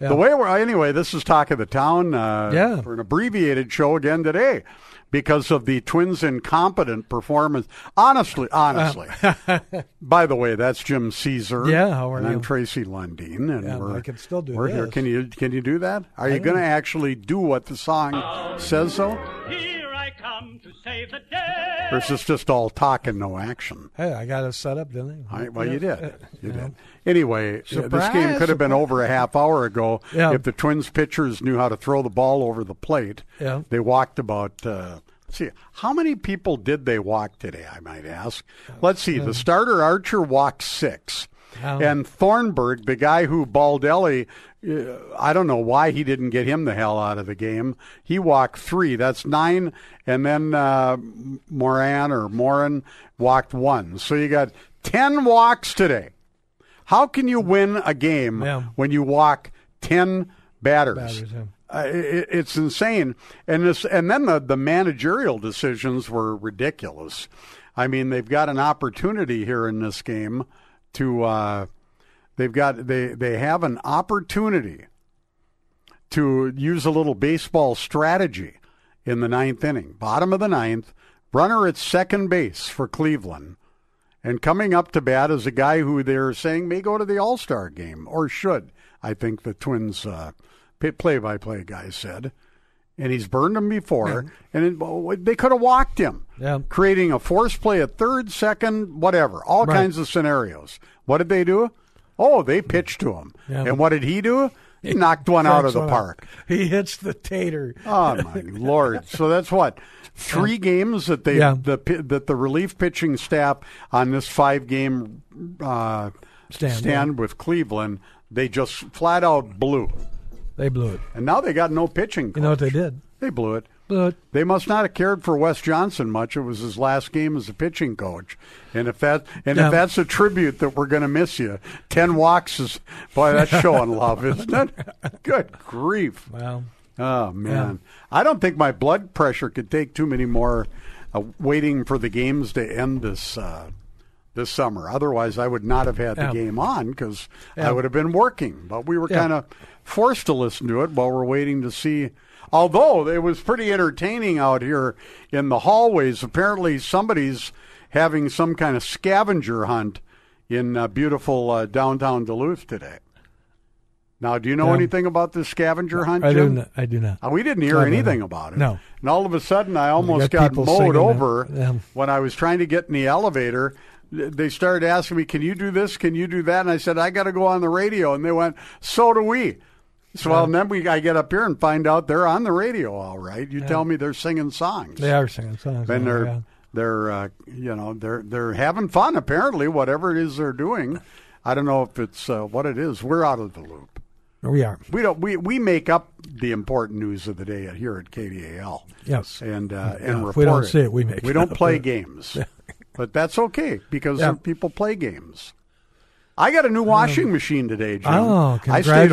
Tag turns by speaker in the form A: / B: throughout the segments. A: The way we're anyway, this is talk of the town. Uh,
B: Yeah.
A: for an abbreviated show again today because of the Twins' incompetent performance. Honestly, honestly. by the way, that's Jim Caesar.
B: Uh, Yeah, how are
A: and
B: you?
A: I'm Tracy Lundeen, and
B: Yeah,
A: we're
B: I can still do
A: we're here.
B: this.
A: Can you can you do that? Are you going to actually do what the song says? So,
C: Here I come to save the day.
A: or is this just all talk and no action?
B: Hey, I got it set up, didn't I?
A: All right, well, you did. You did. Anyway, uh, this game
B: Surprise,
A: could have been over a half hour ago
B: Yeah.
A: if the Twins pitchers knew how to throw the ball over the plate.
B: Yeah.
A: They walked about. Uh, let's see, how many people did they walk today? I might ask. Let's see. The starter Archer walked six,
B: uh, Wow.
A: and Thornburg, the guy who Baldelli. uh, I don't know why he didn't get him the hell out of the game. He walked three. That's nine, and then uh, Moran or Morin walked one. So you got ten walks today. How can you win a game
B: Yeah.
A: when you walk ten batters?
B: Batters, yeah.
A: Uh, it, it's insane, and this, and then the the managerial decisions were ridiculous. I mean, they've got an opportunity here in this game to uh, they've got they they have an opportunity to use a little baseball strategy in the ninth inning, bottom of the ninth, runner at second base for Cleveland. And coming up to bat is a guy who they're saying may go to the All Star game or should. I think the Twins play by play guy said. And he's burned him before. And it, well, they could have walked him,
B: Yeah.
A: creating a force play at third, second, whatever, all
B: Right.
A: kinds of scenarios. What did they do? Oh, they pitched to him.
B: Yeah.
A: And what did he do? He knocked one out of
B: That's
A: the
B: what I-
A: park.
B: He hits the tater.
A: Oh my lord! So that's what three games that they
B: Yeah.
A: the pi- that the relief pitching staff on this five game uh,
B: Stand,
A: with Cleveland they just flat out blew,
B: They blew it.
A: and now they got no pitching.
B: You know what they
A: coach.
B: did?
A: They blew it.
B: Blew it.
A: They must not have cared for Wes Johnson much. It was his last game as a pitching coach, and if that and
B: Yeah.
A: if that's a tribute that we're going to miss you, ten walks is boy that's showing love, isn't it? Good grief!
B: Well,
A: Oh man, I don't think my blood pressure could take too many more uh, waiting for the games to end this uh, this summer. Otherwise, I would not have had the
B: Yeah.
A: game on because
B: Yeah.
A: I would have been working. But we were
B: Yeah.
A: kind of forced to listen to it while we're waiting to see. Although it was pretty entertaining out here in the hallways. Apparently, somebody's having some kind of scavenger hunt in uh, beautiful uh, downtown Duluth today. Now, do you know
B: Yeah.
A: anything about this scavenger hunt?
B: I do
A: Jim?
B: not. I do not.
A: Uh, We didn't hear
B: No, no, no.
A: anything about it.
B: No.
A: And all of a sudden, I almost
B: got
A: got
B: people
A: mowed
B: singing
A: over
B: it. Yeah.
A: when I was trying to get in the elevator. Th- They started asking me, "Can you do this? Can you do that?" And I said, "I got to go on the radio." And they went, "So do we." So well, then we I get up here and find out they're on the radio. All right, you tell me they're singing songs.
B: They are singing songs.
A: And
B: now,
A: they're
B: yeah.
A: they're uh, you know they're they're having fun apparently. Whatever it is they're doing, I don't know if it's uh, what it is. We're out of the loop.
B: We are.
A: We don't. We, we make up the important news of the day here at KDAL.
B: Yes.
A: and uh, and
B: Yeah,
A: report
B: if we don't see it, we make
A: We
B: it
A: don't
B: up.
A: play games, but that's okay because
B: Yeah.
A: some people play games. I got a new washing machine today, Jim.
B: Oh,
A: I
B: congratulations!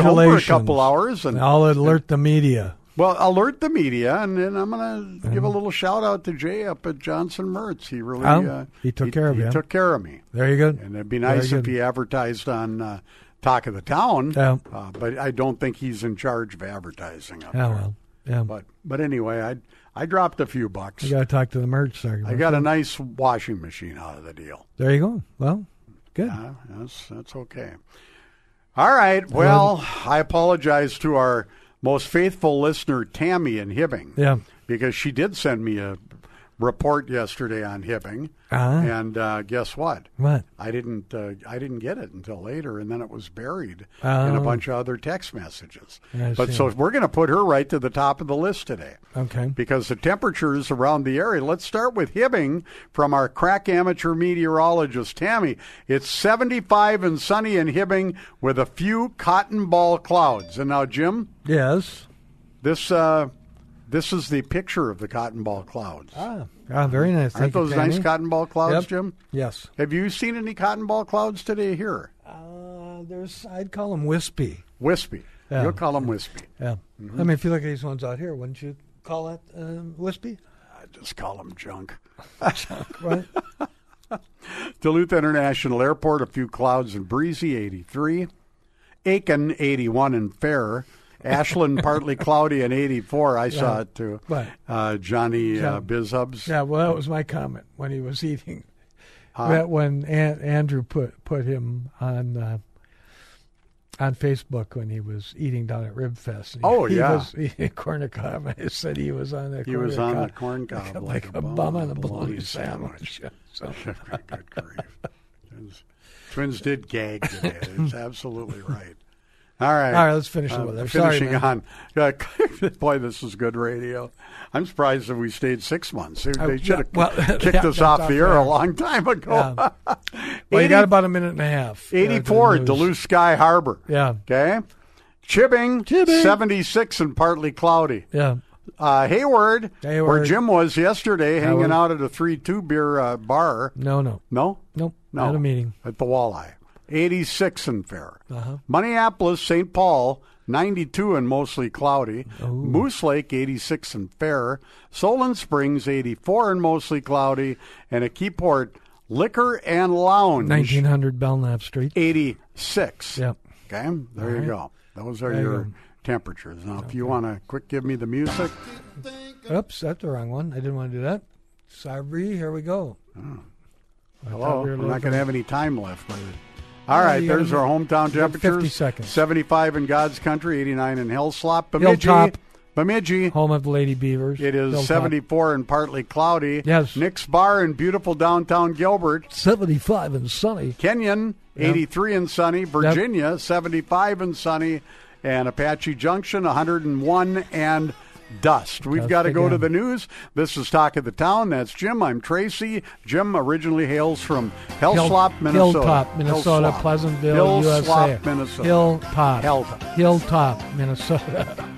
A: stayed home for a couple hours, and
B: I'll alert the media.
A: well, alert the media, and then I'm going to give a little shout out to Jay up at Johnson Mertz. He really
B: Oh,
A: uh,
B: he took care of
A: he
B: you.
A: took care of me.
B: There you go.
A: And it'd be
B: Very
A: nice if
B: good.
A: he advertised on uh, Talk of the Town,
B: Yeah.
A: uh, but I don't think he's in charge of advertising. Up
B: Yeah,
A: there.
B: well, yeah.
A: But but anyway, I I dropped a few bucks.
B: you got to talk to the merge secretary.
A: I got a nice washing machine out of the deal.
B: There you go. Well, good.
A: Uh, that's that's okay. All right.
B: Um,
A: Well, I apologize to our most faithful listener, Tammy in Hibbing,
B: yeah.
A: because she did send me a report yesterday on Hibbing,
B: Ah.
A: and uh, guess what?
B: What?
A: I didn't. Uh, I didn't get it until later, and then it was buried in a
B: Oh.
A: bunch of other text messages.
B: I
A: But
B: see.
A: so we're going to put her right to the top of the list today
B: Okay.
A: because the temperatures around the area. Let's start with Hibbing from our crack amateur meteorologist, Tammy. It's 75 and sunny in Hibbing with a few cotton ball clouds. And now, Jim,
B: Yes.
A: this uh, this is the picture of the cotton ball clouds.
B: Ah, ah very
A: Aren't
B: nice. Thank you,
A: those nice
B: Tammy.
A: cotton ball clouds,
B: Yep.
A: Jim?
B: Yes.
A: Have you seen any cotton ball clouds today here?
B: Uh, there's. I'd call them wispy.
A: Wispy.
B: Yeah.
A: You'll call them wispy.
B: Yeah. I mean, if you look at these ones out here, wouldn't you call that um, wispy?
A: I just call them junk.
B: Right.
A: Duluth International Airport, a few clouds and breezy, 83. Aiken, 81 and fair. Ashland, partly cloudy and 84. I saw it too.
B: Right.
A: Uh, Johnny uh, Bizhubs.
B: Yeah, well, that was my comment when he was eating. that when An- Andrew put put him on uh, on Facebook when he was eating down at Rib Fest. And he-
A: Oh,
B: he
A: yeah.
B: was eating corn cob. I said he was on the
A: He was on the corn cob
B: like, a bum on a bologna sandwich. so,
A: Good grief. Twins, Twins did gag today. It's absolutely right. All right.
B: all right, let's finish
A: Uh,
B: the weather. Sorry,
A: finishing on.
B: man.
A: Yeah, boy, this is good radio. I'm surprised that we stayed six months. They,
B: Oh, yeah,
A: they should have
B: well,
A: kicked
B: yeah,
A: us off
B: that's
A: the air
B: off air.
A: a long time ago.
B: Yeah. Well, you
A: 80
B: got about a minute and a half. uh, to the
A: 84
B: news.
A: Duluth Sky Harbor.
B: Yeah,
A: Okay. Chibbing,
B: Chibbing.
A: 76 and partly cloudy.
B: yeah.
A: Uh, Hayward,
B: Hayward.
A: where Jim was yesterday,
B: Hayward.
A: hanging out at a 3 2 beer uh, bar.
B: No, no,
A: No?
B: nope.
A: No.
B: Not a meeting.
A: At the Walleye. 86 and fair.
B: Uh-huh.
A: Minneapolis, St. Paul, 92 and mostly cloudy. Moose Lake, 86 and fair. Solon Springs, 84 and mostly cloudy. And Akiport, Liquor and Lounge,
B: Nineteen hundred Belknap Street.
A: 86.
B: Yep.
A: Okay, there you go. Those are your temperatures. Now, if you want to quick give me the music,
B: Oops, that's the wrong one. I didn't want to do that. Sorry. Here we go. I
A: Oh. hello,
B: thought we were
A: we're not
B: looking-
A: going to have any time left. By the... All right,
B: you gotta
A: there's our hometown
B: got 50
A: temperatures.
B: seconds.
A: 75 in God's country, 89 in Hillslop. Bemidji.
B: Hilltop.
A: Bemidji.
B: Home of the Lady Beavers.
A: It
B: Hilltop.
A: is 74 and partly cloudy.
B: Yes.
A: Nick's Bar in beautiful downtown Gilbert.
B: 75 and sunny.
A: Kenyon, 83 and sunny. Virginia, 75 and sunny. And Apache Junction, 101 and dust. We've
B: Dust
A: got to go to
B: again.
A: the news. This is Talk of the Town. That's Jim. I'm Tracy. Jim originally hails from Hillslop, Minnesota.
B: Hilltop, Minnesota.
A: Hillslop.
B: Pleasantville,
A: Hillslop,
B: USA.
A: Minnesota.
B: Hilltop.
A: Hilltop.
B: Hilltop, Minnesota.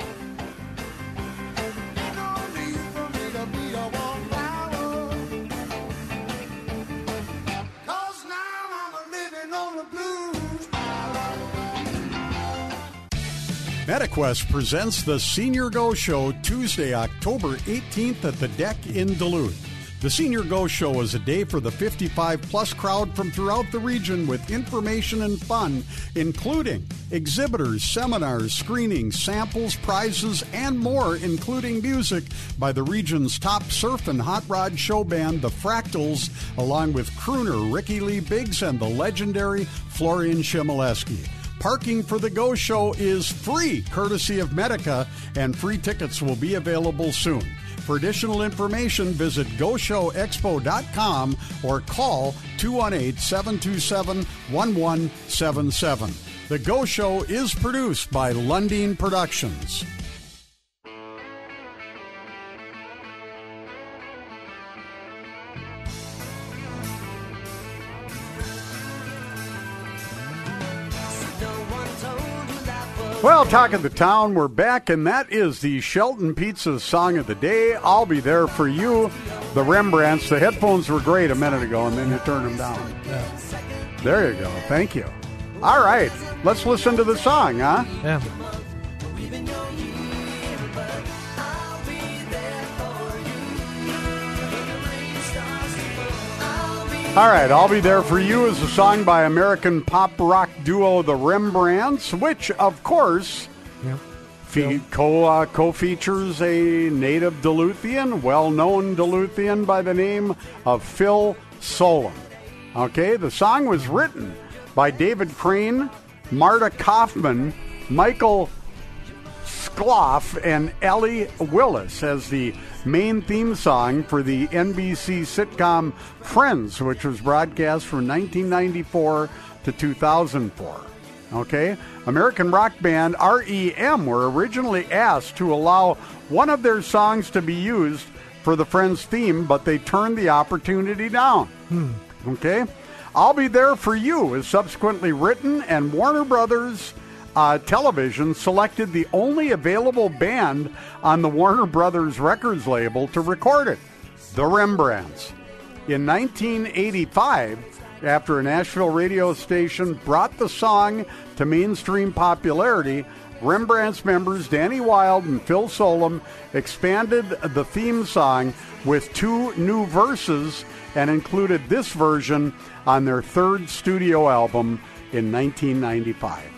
A: MetaQuest presents the Senior Go Show Tuesday, October 18th at the Deck in Duluth. The Senior Go Show is a day for the 55 plus crowd from throughout the region with information and fun, including exhibitors, seminars, screenings, samples, prizes, and more, including music by the region's top surf and hot rod show band, The Fractals, along with crooner Ricky Lee Biggs and the legendary Florian Shimoleski. Parking for the Go Show is free, courtesy of Medica, and free tickets will be available soon. For additional information, visit GoShowExpo.com or call 218 727 1177. The Go Show is produced by Lundin Productions. Well, talk of the town, we're back, and that is the Shelton Pizza song of the day. I'll be there for you. The Rembrandts, the headphones were great a minute ago, and then you turned them down. There you go. Thank you. All right, let's listen to the song, huh?
B: Yeah.
A: All right, I'll be there for you is a song by American pop rock duo The Rembrandts, which, of course,
B: yeah.
A: Fe- co uh, co features a native Duluthian, well known Duluthian by the name of Phil Solom. Okay, the song was written by David Crane, Marta Kaufman, Michael Skloff, and Ellie Willis as the main theme song for the NBC sitcom Friends, which was broadcast from 1994 to 2004. Okay? American rock band REM were originally asked to allow one of their songs to be used for the Friends theme, but they turned the opportunity down. Okay? I'll Be There For You is subsequently written, and Warner Brothers uh, Television selected the only available band on the Warner Brothers Records label to record it the Rembrandts. In 1985, after a Nashville radio station brought the song to mainstream popularity, Rembrandt's members Danny Wilde and Phil Solom expanded the theme song with two new verses and included this version on their third studio album in 1995.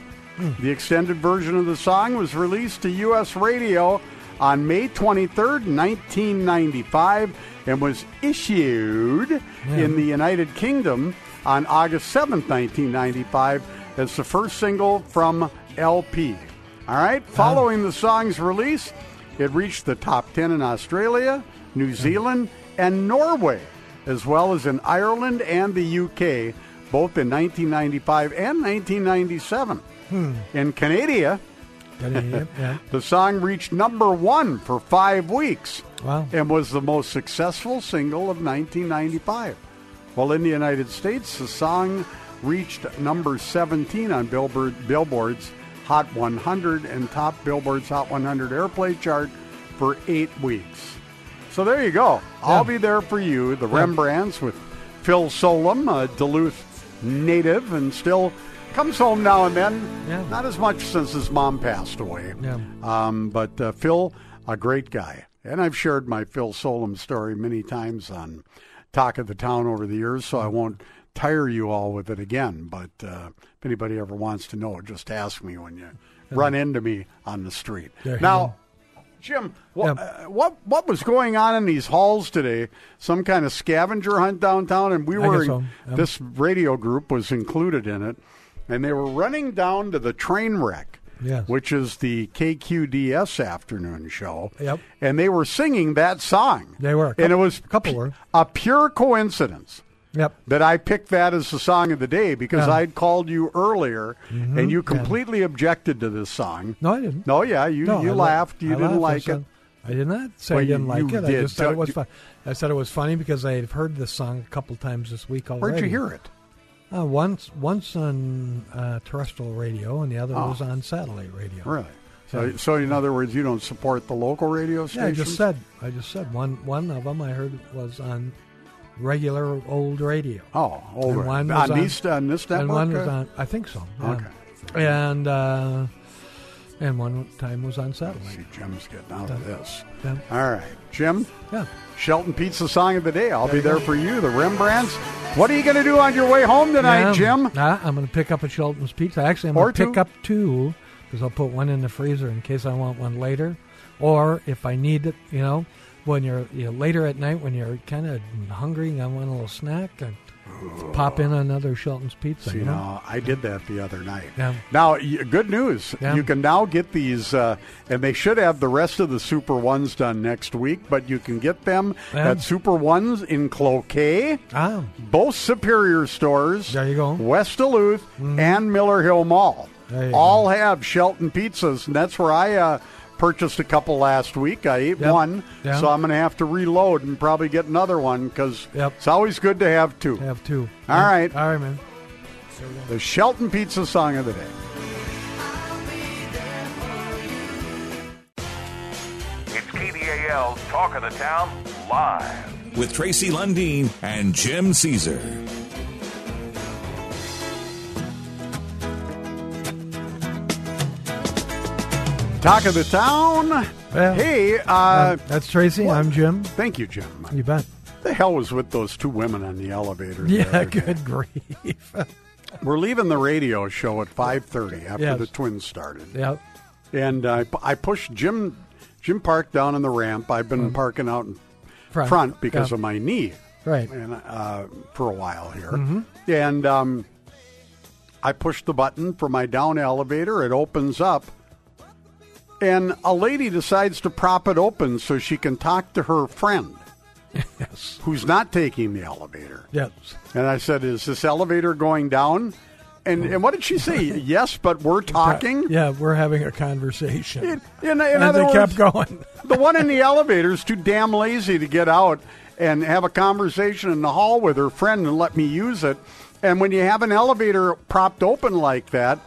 A: The extended version of the song was released to U.S. radio on May 23, 1995, and was issued in the United Kingdom on August 7, 1995, as the first single from LP. All right, following the song's release, it reached the top 10 in Australia, New Zealand, and Norway, as well as in Ireland and the UK, both in 1995 and 1997. In Canada,
B: Gotta- yep, yep.
A: the song reached number one for five weeks
B: Wow.
A: and was the most successful single of 1995. While in the United States, the song reached number 17 on Billboard, Billboard's Hot 100 and top Billboard's Hot 100 airplay chart for eight weeks. So there you go. I'll be there for you. The Rembrandts with Phil Solom, a Duluth native, and still comes home now and then.
B: Yeah.
A: Not as much since his mom passed away.
B: Yeah.
A: Um, but uh, Phil, a great guy. And I've shared my Phil Solom story many times on Talk of the Town over the years, so I
B: Mm-hmm.
A: won't tire you all with it again. But uh, if anybody ever wants to know, just ask me when you run into me on the street.
B: There you
A: now, Jim, what,
B: Yeah.
A: uh, what what was going on in these halls today? Some kind of scavenger hunt downtown, and we
B: I
A: were
B: guess so, yeah.
A: this radio group was included in it, and they were running down to the train wreck,
B: Yes.
A: which is the KQDS afternoon show.
B: Yep.
A: and they were singing that song.
B: They were. A
A: and it
B: couple-
A: was
B: couple
A: pu-
B: were.
A: a pure coincidence
B: Yep.
A: that I picked that as the song of the day because
B: Yeah. Mm-hmm.
A: I'd called you earlier and you completely objected to this song.
B: No, I didn't.
A: No, yeah, you,
B: No,
A: you
B: I la-
A: laughed. You
B: I
A: didn't
B: laughed. I
A: like it.
B: said- I did not say
A: Well,
B: I
A: you-
B: didn't like
A: you
B: it. I
A: did.
B: just said
A: So
B: it was
A: you-
B: fun. I said it was funny because I had heard this song a couple times this week already.
A: Where'd you hear it?
B: Uh, once, once on uh, terrestrial radio, and the other
A: Ah.
B: was on satellite radio.
A: Really? So,
B: Yeah.
A: so in other words, you don't support the local radio
B: Yeah, I
A: station?
B: just said. I just said one. One of them I heard was on regular old radio.
A: Oh,
B: And
A: over
B: one
A: on,
B: was on-
A: these- on this network.
B: and one was
A: uh,
B: on. I think so. yeah.
A: Okay.
B: And uh, and one time was on satellite.
A: See, Jim's getting out of this.
B: Yeah.
A: All right, Jim.
B: Yeah.
A: Shelton Pizza song of the day. I'll be there for you. The Rembrandts. What are you going to do on your way home tonight,
B: Yeah.
A: Jim?
B: Nah, I'm going to pick up a Shelton's pizza. Actually, I'm
A: Or
B: going to
A: two.
B: pick up two because I'll put one in the freezer in case I want one later, or if I need it. You know, when you're you know, later at night when you're kind of hungry and I want a little snack, and pop in another Shelton's pizza.
A: So,
B: you
A: you
B: know?
A: know, I did that the other night.
B: Yeah.
A: Now, y- good news.
B: Yeah.
A: You can now get these, uh, and they should have the rest of the Super Ones done next week, but you can get them
B: Yeah.
A: at Super Ones in Cloquet,
B: Ah,
A: both Superior stores.
B: There you go. Mm-hmm.
A: West Duluth and Miller Hill Mall.
B: There you
A: All have Shelton pizzas, and that's where I uh, purchased a couple last week. I ate
B: Yep.
A: one,
B: Yeah.
A: so I'm going to have to reload and probably get another one because
B: Yep.
A: it's always good to have two.
B: I have two.
A: All right.
B: All right, man.
A: The Shelton Pizza Song of the Day.
D: It's KDAL's Talk of the Town live.
E: with Tracy Lundeen and Jim Caesar.
A: Talk of the town.
B: Well,
A: hey, uh,
B: Um, That's Tracy.
A: what-
B: I'm Jim.
A: thank you, Jim.
B: You bet.
A: The hell was with those two women on the elevator? the
B: Yeah,
A: other day?
B: good grief.
A: We're leaving the radio show at 5:30 after
B: Yes.
A: the twins started,
B: yep.
A: and I, I pushed Jim Jim Park down on the ramp. I've been parking out in front,
B: Front.
A: because
B: Mm-hmm. Yeah.
A: of my knee,
B: Right.
A: and uh, for a while here,
B: Mm-hmm.
A: and um, I pushed the button for my down elevator. It opens up. And a lady decides to prop it open so she can talk to her friend.
B: Yes.
A: who's not taking the elevator.
B: Yes.
A: And I said, Is this elevator going down? And, and what did she say? yes, but we're talking?
B: Oh. Yeah, we're having a conversation.
A: In, in, in
B: and
A: other
B: they
A: words,
B: kept going.
A: the one in the elevator is too damn lazy to get out and have a conversation in the hall with her friend and let me use it. And when you have an elevator propped open like that,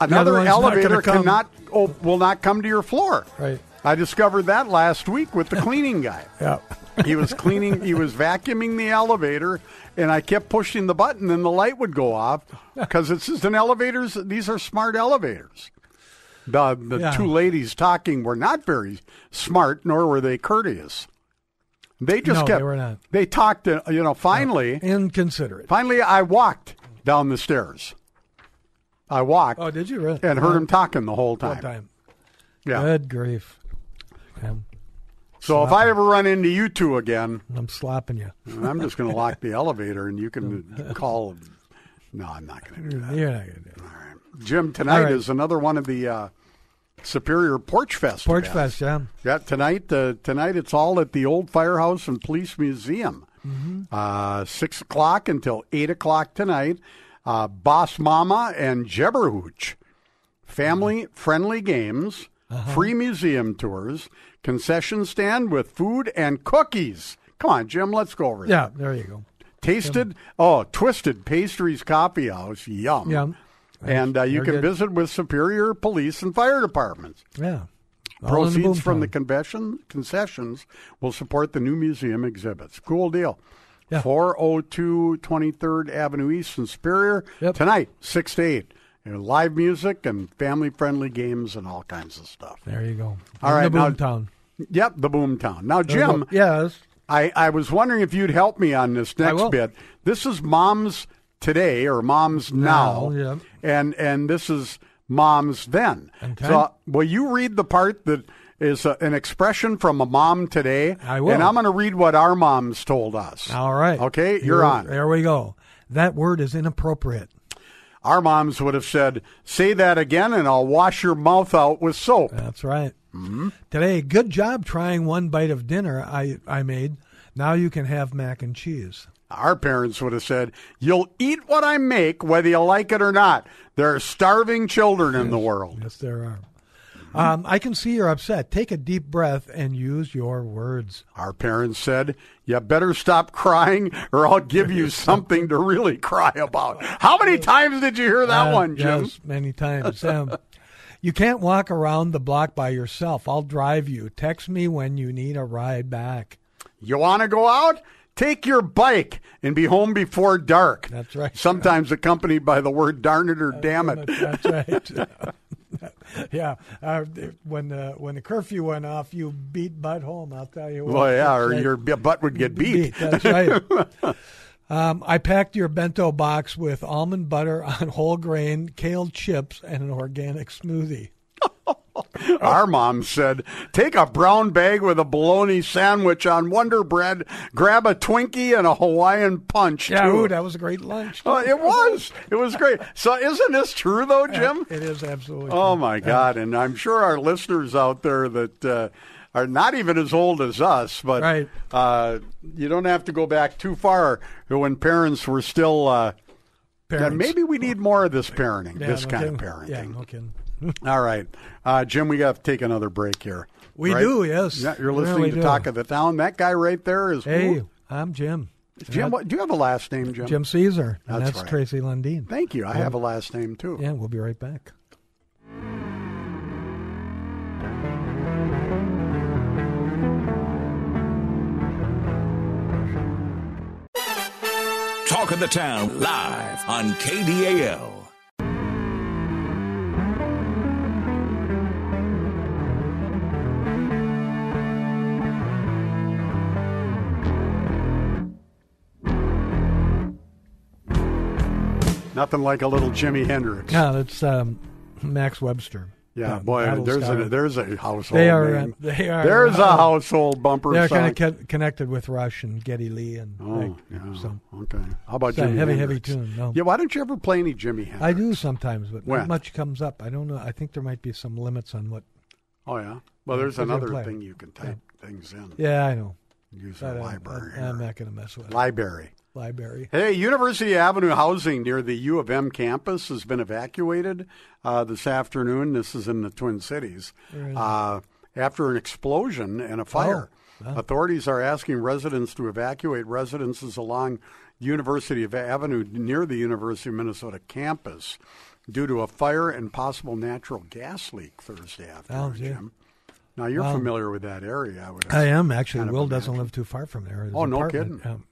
B: other
A: another
B: one's not gonna
A: elevator
B: come.
A: cannot oh, will not come to your floor.
B: Right.
A: I discovered that last week with the cleaning guy.
B: Yeah.
A: he was cleaning he was vacuuming the elevator and i kept pushing the button and the light would go off because this is an elevators these are smart elevators the, the
B: Yeah.
A: two ladies talking were not very smart nor were they courteous they just
B: No,
A: kept
B: they were not.
A: they talked uh, you know finally
B: Inconsiderate.
A: finally i walked down the stairs I walked
B: Oh, did you really?
A: and heard him talking the whole
B: One
A: time.
B: time.
A: Yeah.
B: Good grief. I'm,
A: So if I ever run into you two again,
B: I'm slapping you.
A: I'm just going to lock the elevator and you can call. No, I'm not going to do that.
B: You're not going to do it.
A: Jim, tonight
B: All right.
A: is another one of the uh, Superior Porch Fest.
B: Porch
A: events.
B: Fest, yeah.
A: Yeah, tonight. Uh, tonight it's all at the old firehouse and police museum.
B: Mm-hmm.
A: Uh, Six o'clock until eight o'clock tonight. Uh, Boss Mama and Jebberhooch. Family
B: Mm-hmm.
A: friendly games,
B: Uh-huh.
A: free museum tours, concession stand with food and cookies. Come on, Jim, let's go over
B: Yeah, there you go.
A: that. Tasted, oh, Twisted Pastries Coffee House. Yum.
B: Yeah.
A: And uh, you
B: They're
A: can
B: good.
A: visit with Superior Police and Fire Departments.
B: Yeah. All in the boom
A: Proceeds from the
B: town.
A: convention concessions will support the new museum exhibits. Cool deal.
B: Yeah.
A: 402 23rd Avenue East in Superior
B: Yep.
A: tonight, 6 to 8. And live music and family friendly games and all kinds of stuff.
B: There you go.
A: All
B: All right,
A: right,
B: in the
A: now-
B: boom town.
A: Yep, the Boomtown. Now,
B: There you go.
A: Jim,
B: Yes.
A: I, I was wondering if you'd help me on this next
B: will.
A: bit. This is Mom's Today or Mom's Now.
B: Now, yeah.
A: And and this is Mom's Then.
B: Okay.
A: So uh, will you read the part that is a, an expression from a mom today?
B: I will.
A: And I'm going to read what our moms told us.
B: All right.
A: Okay, you're
B: Here-
A: on.
B: There we go. That word is inappropriate.
A: Our moms would have said, say that again and I'll wash your mouth out with soap.
B: That's right.
A: Mm-hmm.
B: Today, good job trying one bite of dinner I, I made. Now you can have mac and cheese.
A: Our parents would have said, you'll eat what I make whether you like it or not. There are starving children in the world.
B: Yes, there are. Um, I can see you're upset. Take a deep breath and use your words.
A: Our parents said, You better stop crying or I'll give you something to really cry about. How many times did you hear that
B: Uh,
A: one, Jim?
B: Yes, many times. Um, you can't walk around the block by yourself. I'll drive you. Text me when you need a ride back.
A: You want to go out? Take your bike and be home before dark.
B: That's right.
A: Sometimes accompanied by the word darn it or damn it.
B: That's right. yeah, uh, when the when the curfew went off, you beat butt home. I'll tell you what.
A: Well, yeah, or
B: That's
A: your
B: right.
A: butt would get beat.
B: That's right. um, I packed your bento box with almond butter on whole grain, kale chips, and an organic smoothie.
A: Our mom said, Take a brown bag with a bologna sandwich on Wonder Bread, grab a Twinkie and a Hawaiian punch. too.
B: Ooh, that was a great lunch.
A: Oh, it was. It was great. So, isn't this true though, Jim?
B: It is absolutely.
A: Oh
B: true.
A: my God! And I'm sure our listeners out there that uh, are not even as old as us, but
B: Right.
A: uh, you don't have to go back too far when parents were still. Uh,
B: Parents.
A: and maybe we need more of this parenting,
B: Yeah,
A: this
B: no
A: kind of
B: kidding.
A: parenting.
B: Yeah, no kidding.
A: All right, uh, Jim, we got to take another break here.
B: We
A: right?
B: do, yes.
A: Yeah, you're
B: Yeah,
A: listening
B: we
A: to
B: do.
A: Talk of the Town. That guy right there is
B: Hey,
A: who?
B: I'm Jim.
A: Jim. What, do you have a last name, Jim?
B: Jim Caesar. And
A: That's
B: that's,
A: right.
B: Tracy Lundeen.
A: Thank you. I have a last name too.
B: Yeah, we'll be right back.
E: Talk of the Town live on KDAL.
A: Nothing like a little Jimi Hendrix.
B: No, that's um, Max Webster.
A: Yeah,
B: Um,
A: boy,
B: Battle
A: there's
B: Scar.
A: a there's a household.
B: They are,
A: name.
B: uh, they are-
A: There's a household bumper.
B: They're
A: song. Oh,
B: kind of co- connected with Rush and Getty Lee and like, so.
A: okay. How about
B: It's a
A: Jimmy?
B: heavy, heavy tune, no.
A: Yeah, why don't you ever play any Jimmy Hendrix?
B: I do sometimes, but
A: When?
B: not much comes up. I don't know. I think there might be some limits on what.
A: Oh yeah. Well, there's
B: We're gonna
A: another
B: play.
A: thing you can type things in.
B: Yeah, I know.
A: Use
B: But uh, um,
A: a
B: I'm-
A: library.
B: I'm, I'm
A: here.
B: not going to mess with it.
A: library.
B: library.
A: Hey, University Avenue housing near the U of M campus has been evacuated uh, this afternoon. This is in the Twin Cities. Uh, after an explosion and a fire,
B: Oh,
A: authorities are asking residents to evacuate residences along University of Avenue near the University of Minnesota campus due to a fire and possible natural gas leak Thursday afternoon.
B: Oh, gee.
A: Jim. Now you're familiar with that area, I would.
B: I am actually.
A: kind of
B: Will doesn't
A: imagine.
B: live too far from there. His
A: Oh, no
B: apartment,
A: kidding.
B: Um,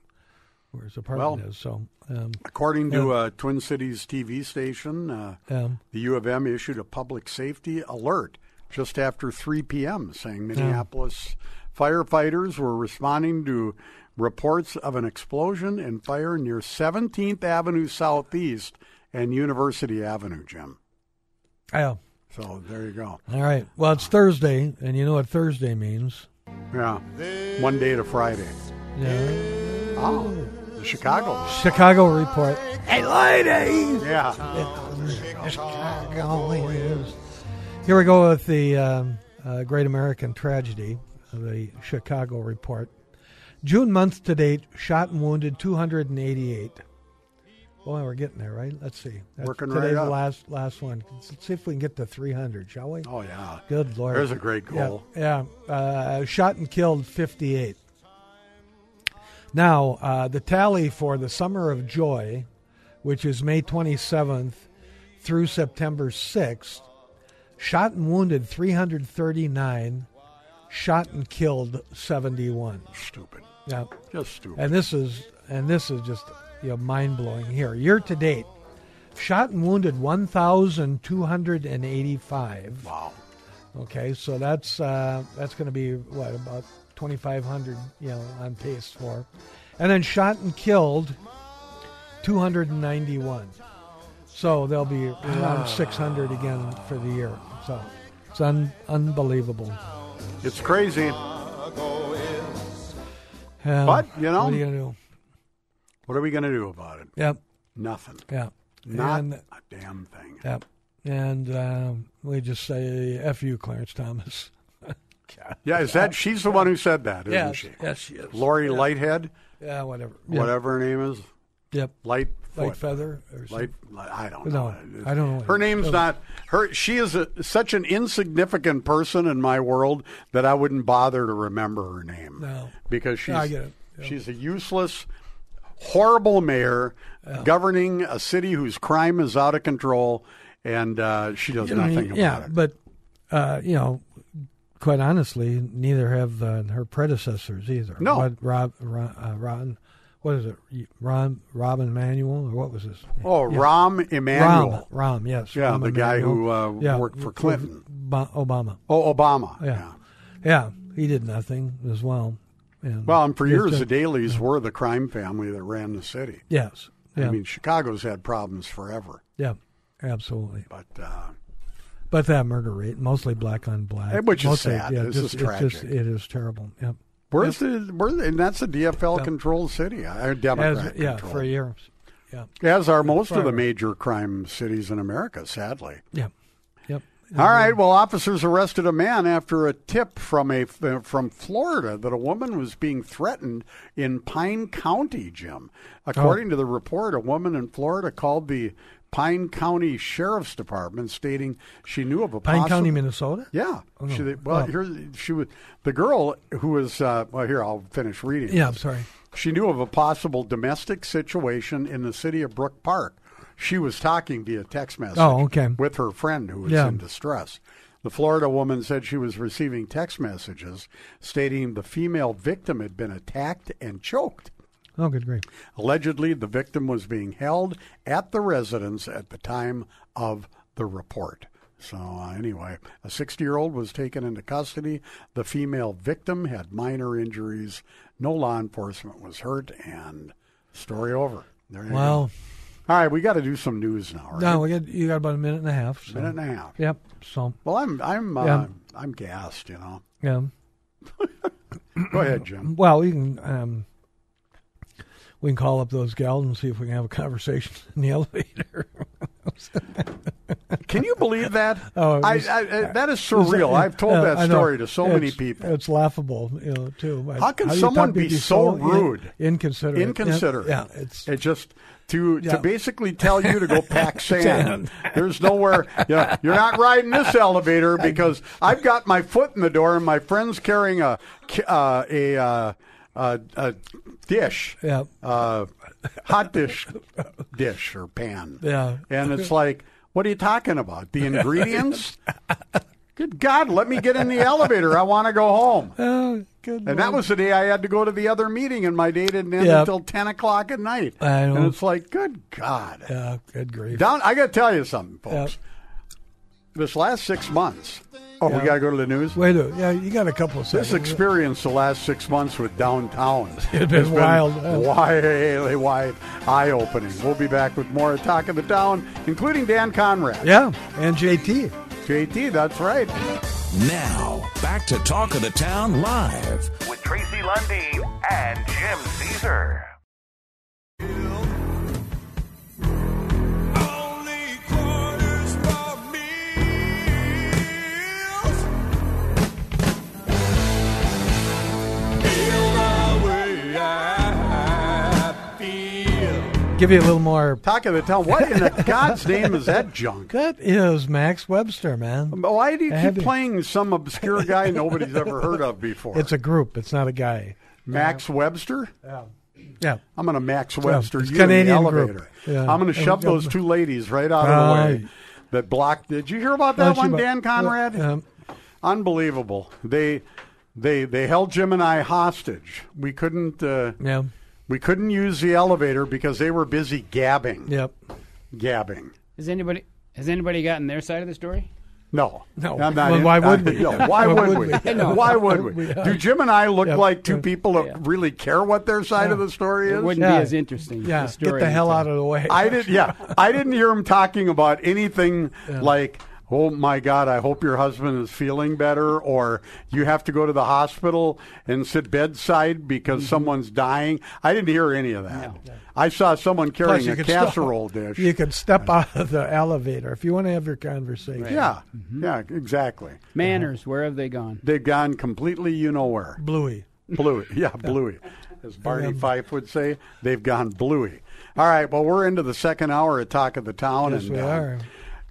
B: where his apartment
A: Well.
B: is. So, um,
A: According to uh, Twin Cities TV station, uh,
B: um,
A: the U of M issued a public safety alert just after 3 p.m., saying Minneapolis firefighters were responding to reports of an explosion and fire near 17th Avenue Southeast and University Avenue, Jim.
B: Oh,
A: So there you go.
B: all right. Well, it's Thursday, and you know what Thursday means.
A: Yeah. One day to Friday.
B: Yeah.
A: Oh, the Chicago.
B: Chicago Report.
A: Hey, ladies! Yeah.
B: Chicago is. Here we go with the um, uh, Great American Tragedy, the Chicago Report. June month to date, shot and wounded 288. Boy, we're getting there, right? Let's see. That's
A: Working right
B: today's
A: up.
B: the last last one. Let's see if we can get to 300, shall we?
A: Oh, yeah.
B: Good lord.
A: There's a great goal.
B: Yeah. yeah. Uh, shot and killed 58. Now, uh, the tally for the Summer of Joy, which is May 27th through September 6th, shot and wounded 339, shot and killed 71.
A: Stupid.
B: Yeah.
A: Just stupid.
B: And this is and this is just you know mind blowing here. Year to date, shot and wounded 1,285.
A: Wow.
B: Okay, so that's uh, that's going to be what about 2,500, you know, on pace for, and then shot and killed, 291. So they'll be
A: Ah.
B: around 600 again for the year. So it's un- unbelievable.
A: It's crazy.
B: Um,
A: But, you know-
B: what are you going to do?
A: What are we going to do about it?
B: Yep,
A: Nothing.
B: yeah,
A: Not
B: and,
A: a damn thing.
B: yep, and um, we just say f you, Clarence Thomas.
A: Yeah, is that she's the one who said that, isn't
B: yes,
A: she?
B: yes, she is.
A: Lori Lighthead,
B: Yeah, whatever.
A: whatever her name is,
B: Yep.
A: Light
B: Light feather or something.
A: Light, Light- I don't know.
B: No, I don't know.
A: Her name's not her. She is a, such an insignificant person in my world that I wouldn't bother to remember her name.
B: No.
A: because she's
B: I get it. Yeah.
A: she's a useless, horrible mayor governing a city whose crime is out of control, and uh, she does
B: I mean,
A: nothing about
B: yeah,
A: it.
B: but uh, you know, quite honestly, neither have uh, her predecessors either.
A: No.
B: what, Rob, Ron, uh, Ron, what is it? Ron, Robin Manuel, or what was his? name?
A: oh, Rahm Emanuel.
B: Rom, Rom, yes.
A: Yeah,
B: Rahm
A: the guy who,
B: Emanuel.
A: uh, worked for Clinton.
B: Bo- Obama.
A: Oh, Obama.
B: Yeah. yeah, he did nothing as well. And
A: Well, and for
B: it's
A: years,
B: just-
A: the Dailies were the crime family that ran the city.
B: yes, yeah,
A: I mean, Chicago's had problems forever,
B: yeah, absolutely.
A: but uh,
B: But that murder rate, mostly black on black,
A: Which is
B: mostly-
A: sad.
B: Yeah,
A: This
B: just,
A: is
B: it's just-
A: tragic.
B: it is terrible. Yep.
A: where's the where? And that's a DFL-controlled city, uh,
B: As-
A: Democrat
B: yeah,
A: controlled.
B: for years. Yeah,
A: As are most of the
B: Forever.
A: major crime cities in America, sadly.
B: yeah, yep.
A: All right.
B: Mm-hmm.
A: Well, officers arrested a man after a tip from a from Florida that a woman was being threatened in Pine County, Jim. According to the report, a woman in Florida called the Pine County Sheriff's Department stating she knew of a
B: Pine
A: possi-
B: County, Minnesota.
A: Yeah. She, well,
B: Wow.
A: here she was. The girl who was. Uh, well, here I'll finish reading.
B: Yeah, I'm
A: this.
B: sorry.
A: She knew of a possible domestic situation in the city of Brook Park. She was talking via text message
B: Oh, okay.
A: with her friend who was
B: Yeah.
A: in distress. The Florida woman said she was receiving text messages stating the female victim had been attacked and choked.
B: Oh, good grief.
A: Allegedly, the victim was being held at the residence at the time of the report. So, uh, anyway, a 60 year old was taken into custody. The female victim had minor injuries. No law enforcement was hurt, and story over. There you go.
B: Well,
A: All right, we got to do some news now, right?
B: no, we got you got about a minute and a half. So.
A: Minute and a half.
B: Yep. So
A: Well, I'm I'm uh,
B: Yeah.
A: I'm gassed, you know.
B: yeah.
A: Go ahead, Jim.
B: Well, we can um, we can call up those gals and see if we can have a conversation in the elevator.
A: Can you believe that?
B: Oh, it
A: I,
B: was-
A: I, I, that is surreal. I've told
B: Yeah, Uh, I
A: that
B: know.
A: story to so many
B: It's-
A: people.
B: It's laughable, you know. Too.
A: How can
B: do you
A: someone
B: talk-
A: be
B: you'd
A: so
B: in-
A: rude?
B: inconsiderate?
A: inconsiderate.
B: Yeah, it's
A: it just to
B: Yeah.
A: to basically tell you to go pack sand. There's nowhere. You know, you're not riding this elevator because I've got my foot in the door and my friend's carrying a ki- uh, a. Uh, a, a dish,
B: Yeah.
A: uh, hot dish, dish or pan,
B: Yeah.
A: and it's like, what are you talking about? The ingredients? Good God, let me get in the elevator. I want to go home.
B: oh, good.
A: And that was the day I had to go to the other meeting, and my day didn't end
B: Yep.
A: until ten o'clock at night.
B: I know.
A: And it's like, good God,
B: Yeah, good grief.
A: down. I got to tell you something, folks. This last six months, Oh, we got to go to the news.
B: Wait a yeah, you got a couple of seconds.
A: This experience the last six months with downtown has
B: been wild.
A: wildly wide, eye opening. We'll be back with more Attack of the Town, including Dan Conrad.
B: yeah, and JT.
A: JT, that's right.
E: Now, back to Talk of the Town Live.
D: with Tracy Lundy and Jim Caesar.
B: Give you a little more.
A: Talk of the town. What in the God's name is that junk?
B: That is Max Webster, man.
A: Why do you
B: I have
A: keep
B: it.
A: playing some obscure guy nobody's ever heard of before?
B: It's a group. It's not a guy.
A: Max Webster.
B: Yeah.
A: I'm going to Max Webster
B: it's
A: you in the
B: Canadian
A: elevator.
B: group. Yeah.
A: I'm going to
B: And we
A: shove
B: got-
A: those two ladies right out of the way.
B: Right.
A: That blocked. Did you hear about that one, Dan Conrad?
B: Um,
A: Unbelievable. They they they held Jim and I hostage. We couldn't uh,
B: yeah.
A: we couldn't use the elevator because they were busy gabbing.
B: Yep.
A: Gabbing.
F: Has anybody has anybody gotten their side of the story?
A: No,
B: No.
A: I'm not
B: Well,
A: in-
B: why
A: I-
B: would we?
A: No, why
B: Why
A: would
B: would
A: we?
B: we? No.
A: Why would we? Do Jim and I look
B: Yeah.
A: like two people that really care what their side of the story
F: It
A: is?
F: wouldn't
B: Yeah.
F: be as interesting.
B: Yeah.
F: the
B: Get
F: story
B: the hell out of the way.
A: I did. Yeah, I didn't hear him talking about anything like. Oh my God! I hope your husband is feeling better, or you have to go to the hospital and sit bedside because
B: Mm-hmm.
A: someone's dying. I didn't hear any of that. I saw someone
B: Plus,
A: carrying
B: you
A: a
B: could stop-
A: casserole dish.
B: You could step out of the elevator if you want to have your conversation.
A: yeah,
B: Mm-hmm.
A: yeah, exactly.
F: Manners, where have they gone?
A: They've gone completely, you know where.
B: Bluey.
A: Bluey. Yeah, bluey. As
B: Um,
A: Barney Fife would say, they've gone bluey. All right, well, we're into the second hour of Talk of the Town.
B: Yes,
A: and,
B: we
A: uh,
B: are.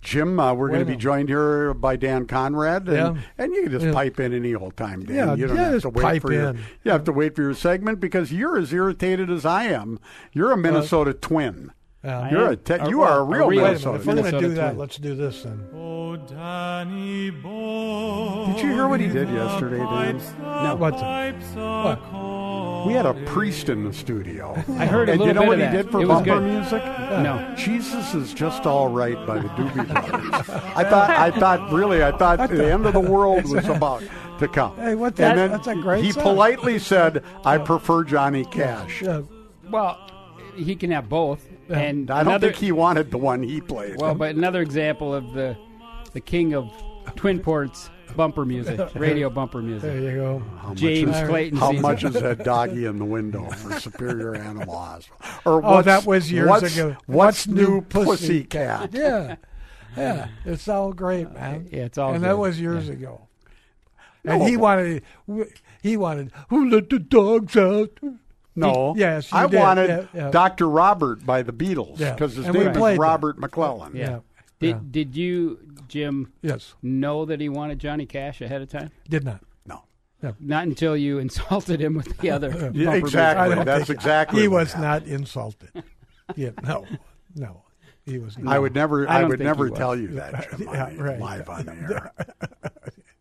A: Jim, uh, we're going to be
B: Bueno.
A: joined here by Dan Conrad, and,
B: Yeah.
A: and you can just
B: Yeah.
A: pipe in any old time, Dan.
B: Yeah,
A: you don't
B: yeah,
A: have
B: just
A: to wait
B: pipe
A: for your,
B: in.
A: you have to wait for your segment because you're as irritated as I am. You're a
B: Uh,
A: Minnesota twin.
F: I
A: You're
F: am-
A: a te-
F: or-
A: you are a real
F: real
B: Wait a
A: Minnesota
B: minute. If we're going to
F: Minnesota
B: do that,
F: twin.
B: let's do this then.
A: Did you hear what he did yesterday, Dan?
F: No.
B: What's it? What?
A: We had a priest in the studio.
F: I heard a
A: and
F: little
A: you know
F: bit
A: what
F: of
A: he
F: that.
A: did for
F: It was
A: bumper
F: good.
A: music?
F: No.
A: Jesus is just all right by the Doobie Brothers. I thought, I thought, really, I thought the end of the world was about to come.
B: Hey, what
A: And
B: the-
A: then
B: that's a great
A: He
B: song.
A: politely said, "I prefer Johnny Cash."
B: Yeah.
F: Well, he can have both. And
A: I don't
F: another,
A: think he wanted the one he played.
F: Well, but another example of the the king of Twin Ports bumper music, radio bumper
B: There
F: music,
B: you go.
F: James
B: is-
F: Clayton.
A: How
F: Caesar.
A: much is that doggy in the window for Superior Animal Hospital? Or
B: Oh,
A: what's,
B: that was years
A: what's,
B: ago.
A: What's, new, Pussycat?
B: Yeah. Yeah. It's all great, man.
F: Yeah, it's all
B: And
F: good.
B: that was years ago. And
A: No.
B: he wanted, he wanted, who let the dogs out?
A: No.
B: He- yes, you
A: I
B: did.
A: wanted
B: Yeah, yeah.
A: Dr. Robert by the Beatles
B: Yeah.
A: because his
B: And we
A: name is
B: played that.
A: Robert McClellan.
F: Yeah. Did Did you, Jim,
B: Yes.
F: know that he wanted Johnny Cash ahead of time?
B: Did not.
A: No.
F: Not until you insulted him with the other. bumper
A: Yeah,
F: music.
B: I
A: exactly.
B: don't
A: That's
B: think-
A: exactly.
B: He
A: what
B: was
A: happened.
B: not insulted. Yeah. No. No. He was not.
A: I would never.
F: I
A: I,
F: don't
A: would
F: think he
A: never
F: was.
A: tell you that Jim, on
B: Yeah,
A: the-
B: right.
A: live on the air.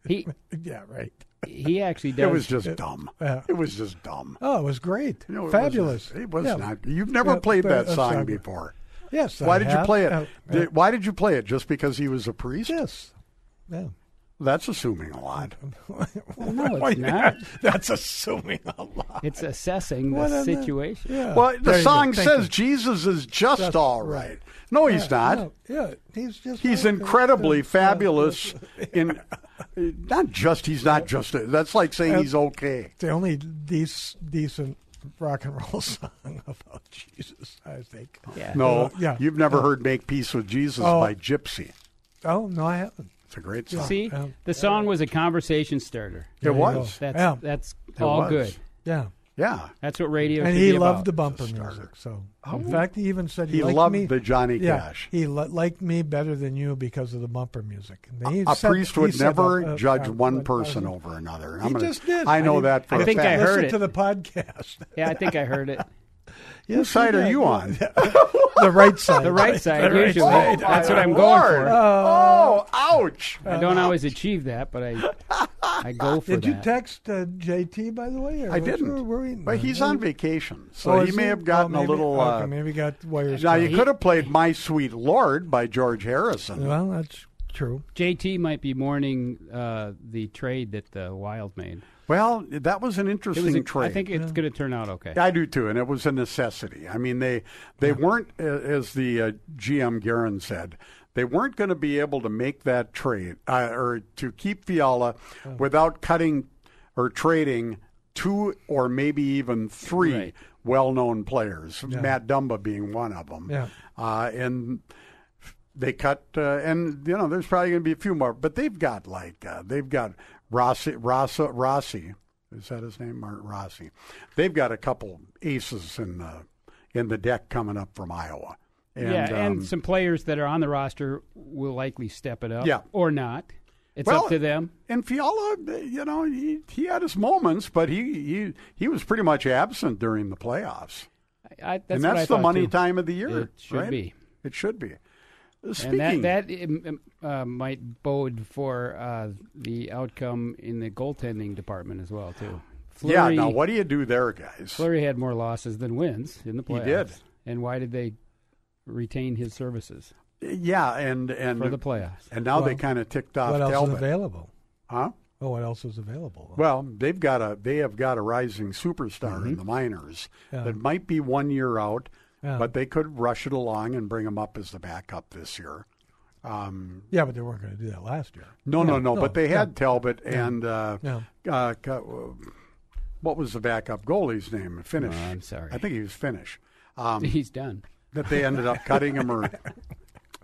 F: He
B: Yeah, right.
F: he actually does.
A: It was just dumb.
B: Yeah.
A: It was just dumb.
B: Oh, it was great.
A: You know, it was-
B: Fabulous.
A: It was
B: Yeah.
A: not. You've never
B: Yeah,
A: played
B: but
A: that
B: that's
A: song
B: not-
A: before.
B: Yes.
A: Why
B: I
A: did you
B: have.
A: play
B: Uh,
A: it?
B: uh,
A: Did- Why did you play it? Just because he was a priest?
B: yes. Yeah.
A: That's assuming a lot.
B: Uh,
F: no,
B: Well,
F: it's not.
B: That's assuming a lot.
F: It's assessing
B: What
F: the
B: on earth?
F: situation.
B: Yeah.
A: Well,
B: There
A: the
B: you go.
A: song
B: Thank
A: says
B: you.
A: Jesus is just,
B: Just
A: all right.
B: right.
A: No, he's not.
B: No, yeah, he's just.
A: He's
B: like-
A: incredibly
B: uh,
A: fabulous. In not just he's not just a, that's like saying he's okay.
B: It's the only decent, decent rock and roll song about Jesus, I think.
F: Yeah.
A: No,
B: uh, yeah.
A: you've never heard "Make Peace with Jesus"
B: Oh.
A: by Gypsy.
B: Oh no, I haven't.
A: It's a great song.
F: See,
B: Um,
F: the song was a conversation starter.
A: it was.
F: That's
B: Yeah.
F: that's
A: It
F: all
A: was.
F: good.
B: Yeah,
A: Yeah,
F: That's what radio.
B: and
F: should
B: he
F: be
B: loved
F: about.
B: the bumper music. So, in fact, he even said
A: Oh. he
B: liked
A: loved
B: me-
A: the Johnny
B: Yeah,
A: Cash.
B: he li- liked me better than you because of the bumper music. And he
A: a
B: said-
A: priest
B: he
A: would
B: said,
A: never
B: uh, uh,
A: judge
B: uh,
A: one
B: uh,
A: person
B: uh,
A: over another. And
B: He
A: I'm gonna-
B: just did.
A: I know
B: didn't-
A: that for
F: I
A: a
F: think I
A: fact.
F: heard
B: Listen
F: it.
B: to the podcast.
F: Yeah, I think I heard it.
A: Whose side are you on? Oh,
B: The right side.
F: The right side
B: right
F: usually.
B: side.
F: That's what I'm
A: Lord.
F: going for. Uh,
A: Oh, ouch!
F: I don't always achieve that, but I I go for
B: Did
F: that.
B: you text uh, JT by the way? Or
A: I
B: was- where
A: didn't.
B: were we?
A: But he's on vacation, so
B: Oh,
A: he
B: is
A: may have gotten
B: Oh,
A: a
B: maybe-
A: little.
B: Okay,
A: uh,
B: maybe got wires.
A: Now you
B: crossed.
A: could have played "My Sweet Lord" by George Harrison.
B: Well, that's True.
F: JT might be mourning uh, the trade that the Wild made.
A: Well, that was an
F: It
A: interesting
F: was. a-
A: trade.
F: I think it's going to turn out okay.
A: I do too, and it was a necessity. I mean, they they weren't, uh, as the uh, GM Guerin said, they weren't going to be able to make that trade uh, or to keep Fiala
F: Oh.
A: without cutting or trading two or maybe even three
F: Right.
A: well-known players. Matt Dumba being one of them.
B: Yeah.
A: Uh, and they cut, uh, and you know, there's probably going to be a few more, but they've got like uh, they've got Rossi, Rossi, Rossi, is that his name, Martin Rossi? They've got a couple aces in the in the deck coming up from Iowa. And,
F: yeah,
A: um,
F: and some players that are on the roster will likely step it up.
A: Yeah.
F: or not. It's
A: Well,
F: up to them.
A: and Fiala, you know, he, he had his moments, but he, he he was pretty much absent during the playoffs,
F: I, I, that's
A: and
F: what
A: that's
F: I
A: the
F: thought,
A: money
F: too.
A: time of the year.
F: It should
A: right?
F: be.
A: It should be.
F: And
A: Speaking,
F: that that um, uh, might bode for uh, the outcome in the goaltending department as well too.
A: yeah.
F: Fleury,
A: Now, what do you do there, guys?
F: Fleury had more losses than wins in the
A: He
F: playoffs.
A: did.
F: And why did they retain his services
A: Yeah, and and
F: for the playoffs?
A: And now they
B: Well,
A: kind of ticked off
B: what else
A: Talbot.
B: is available?
A: Huh?
B: Oh, what else is available?
A: Well, they've got a they have got a rising superstar in the minors
B: Mm-hmm. Yeah.
A: that might be one year out,
B: Yeah.
A: but they could rush it along and bring him up as the backup this year. Um,
B: yeah, but they weren't going to do that last year.
A: no, no,
B: Yeah,
A: no,
B: no,
A: But they
B: yeah.
A: had Talbot and uh,
B: Yeah.
A: uh, co- uh, what was the backup goalie's
B: Uh,
A: name? Finnish.
F: Oh, I'm sorry.
A: I think he was Finnish. Um,
F: He's done.
A: that they ended up cutting him or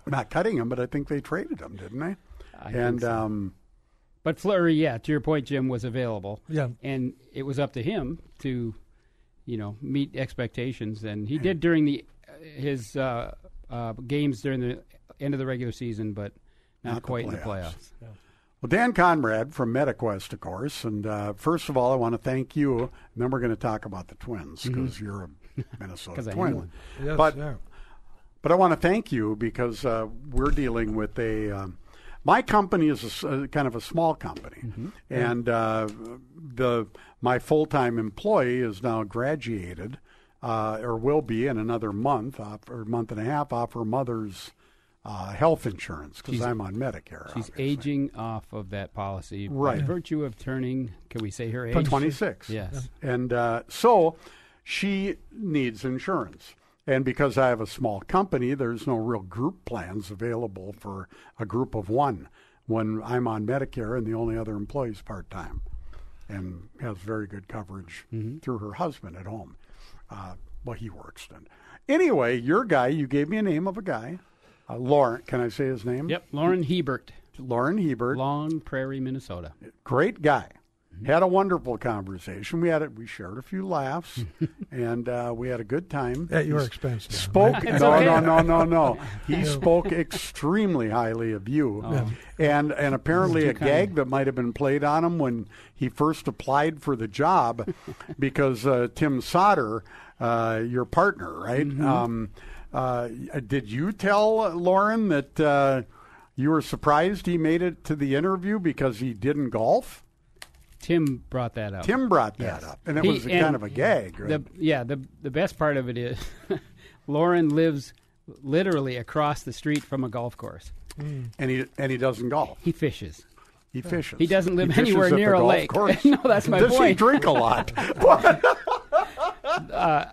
A: not cutting him, but I think they traded him, didn't they?
F: I think
A: and
F: so.
A: um,
F: But Flurry, yeah, to your point, Jim was available.
B: Yeah.
F: and it was up to him to, you know, meet expectations, and
A: Hmm.
F: he did during the his uh, uh, games during the end of the regular season, but not,
A: Not the
F: quite in the
A: playoffs.
F: playoffs.
A: Well, Dan Conrad from MetaQuest, of course. And uh, first of all, I want to thank you. And then we're going to talk about the Twins because you're a Minnesota
F: Mm-hmm. 'Cause I am
A: Twin.
F: one.
B: Yes,
A: but
B: yeah.
A: but I want to thank you because uh, we're dealing with a. Um, my company is a s- uh, kind of a small company,
F: Mm-hmm.
A: and uh, the my full time employee is now graduated, uh, or will be in another month off, or month and a half off her mother's uh, health insurance because I'm on Medicare.
F: She's
A: obviously.
F: aging off of that policy
A: Right.
F: by virtue of turning. Can we say her age?
A: 26.
F: Yes.
A: And uh, so she needs insurance. And because I have a small company, there's no real group plans available for a group of one when I'm on Medicare and the only other employee is part time and has very good coverage
F: Mm-hmm.
A: through her husband at home. Uh, well, he works then. Anyway, your guy, you gave me a name of a guy. Uh, Lauren, can I say his name?
F: Yep, Lauren Hebert,
A: Lauren Hebert
F: Long Prairie, Minnesota.
A: great guy. Had a wonderful conversation. We had it. We shared a few laughs, and uh, we had a good time.
B: At your
A: He
B: expense, Dan,
A: Spoke
B: right?
A: no, no, no, no, no. He spoke extremely highly of you, and and apparently a gag that might have been played on him when he first applied for the job, because uh, Tim Sauter, uh, your partner, right?
F: Mm-hmm.
A: Um, uh, did you tell Lauren that uh, you were surprised he made it to the interview because he didn't golf?
F: Tim brought that up.
A: Tim brought that up, and it
F: He-
A: was a
F: and
A: kind of a gag. Right?
F: The, yeah, the the best part of it is Lauren lives literally across the street from a golf course.
A: and he and he doesn't golf.
F: He fishes.
A: He fishes.
F: He doesn't live
A: fishes
F: anywhere
A: at the
F: near a
A: golf
F: lake.
A: course.
F: No, that's my
A: Does he
F: point.
A: drink a lot? What?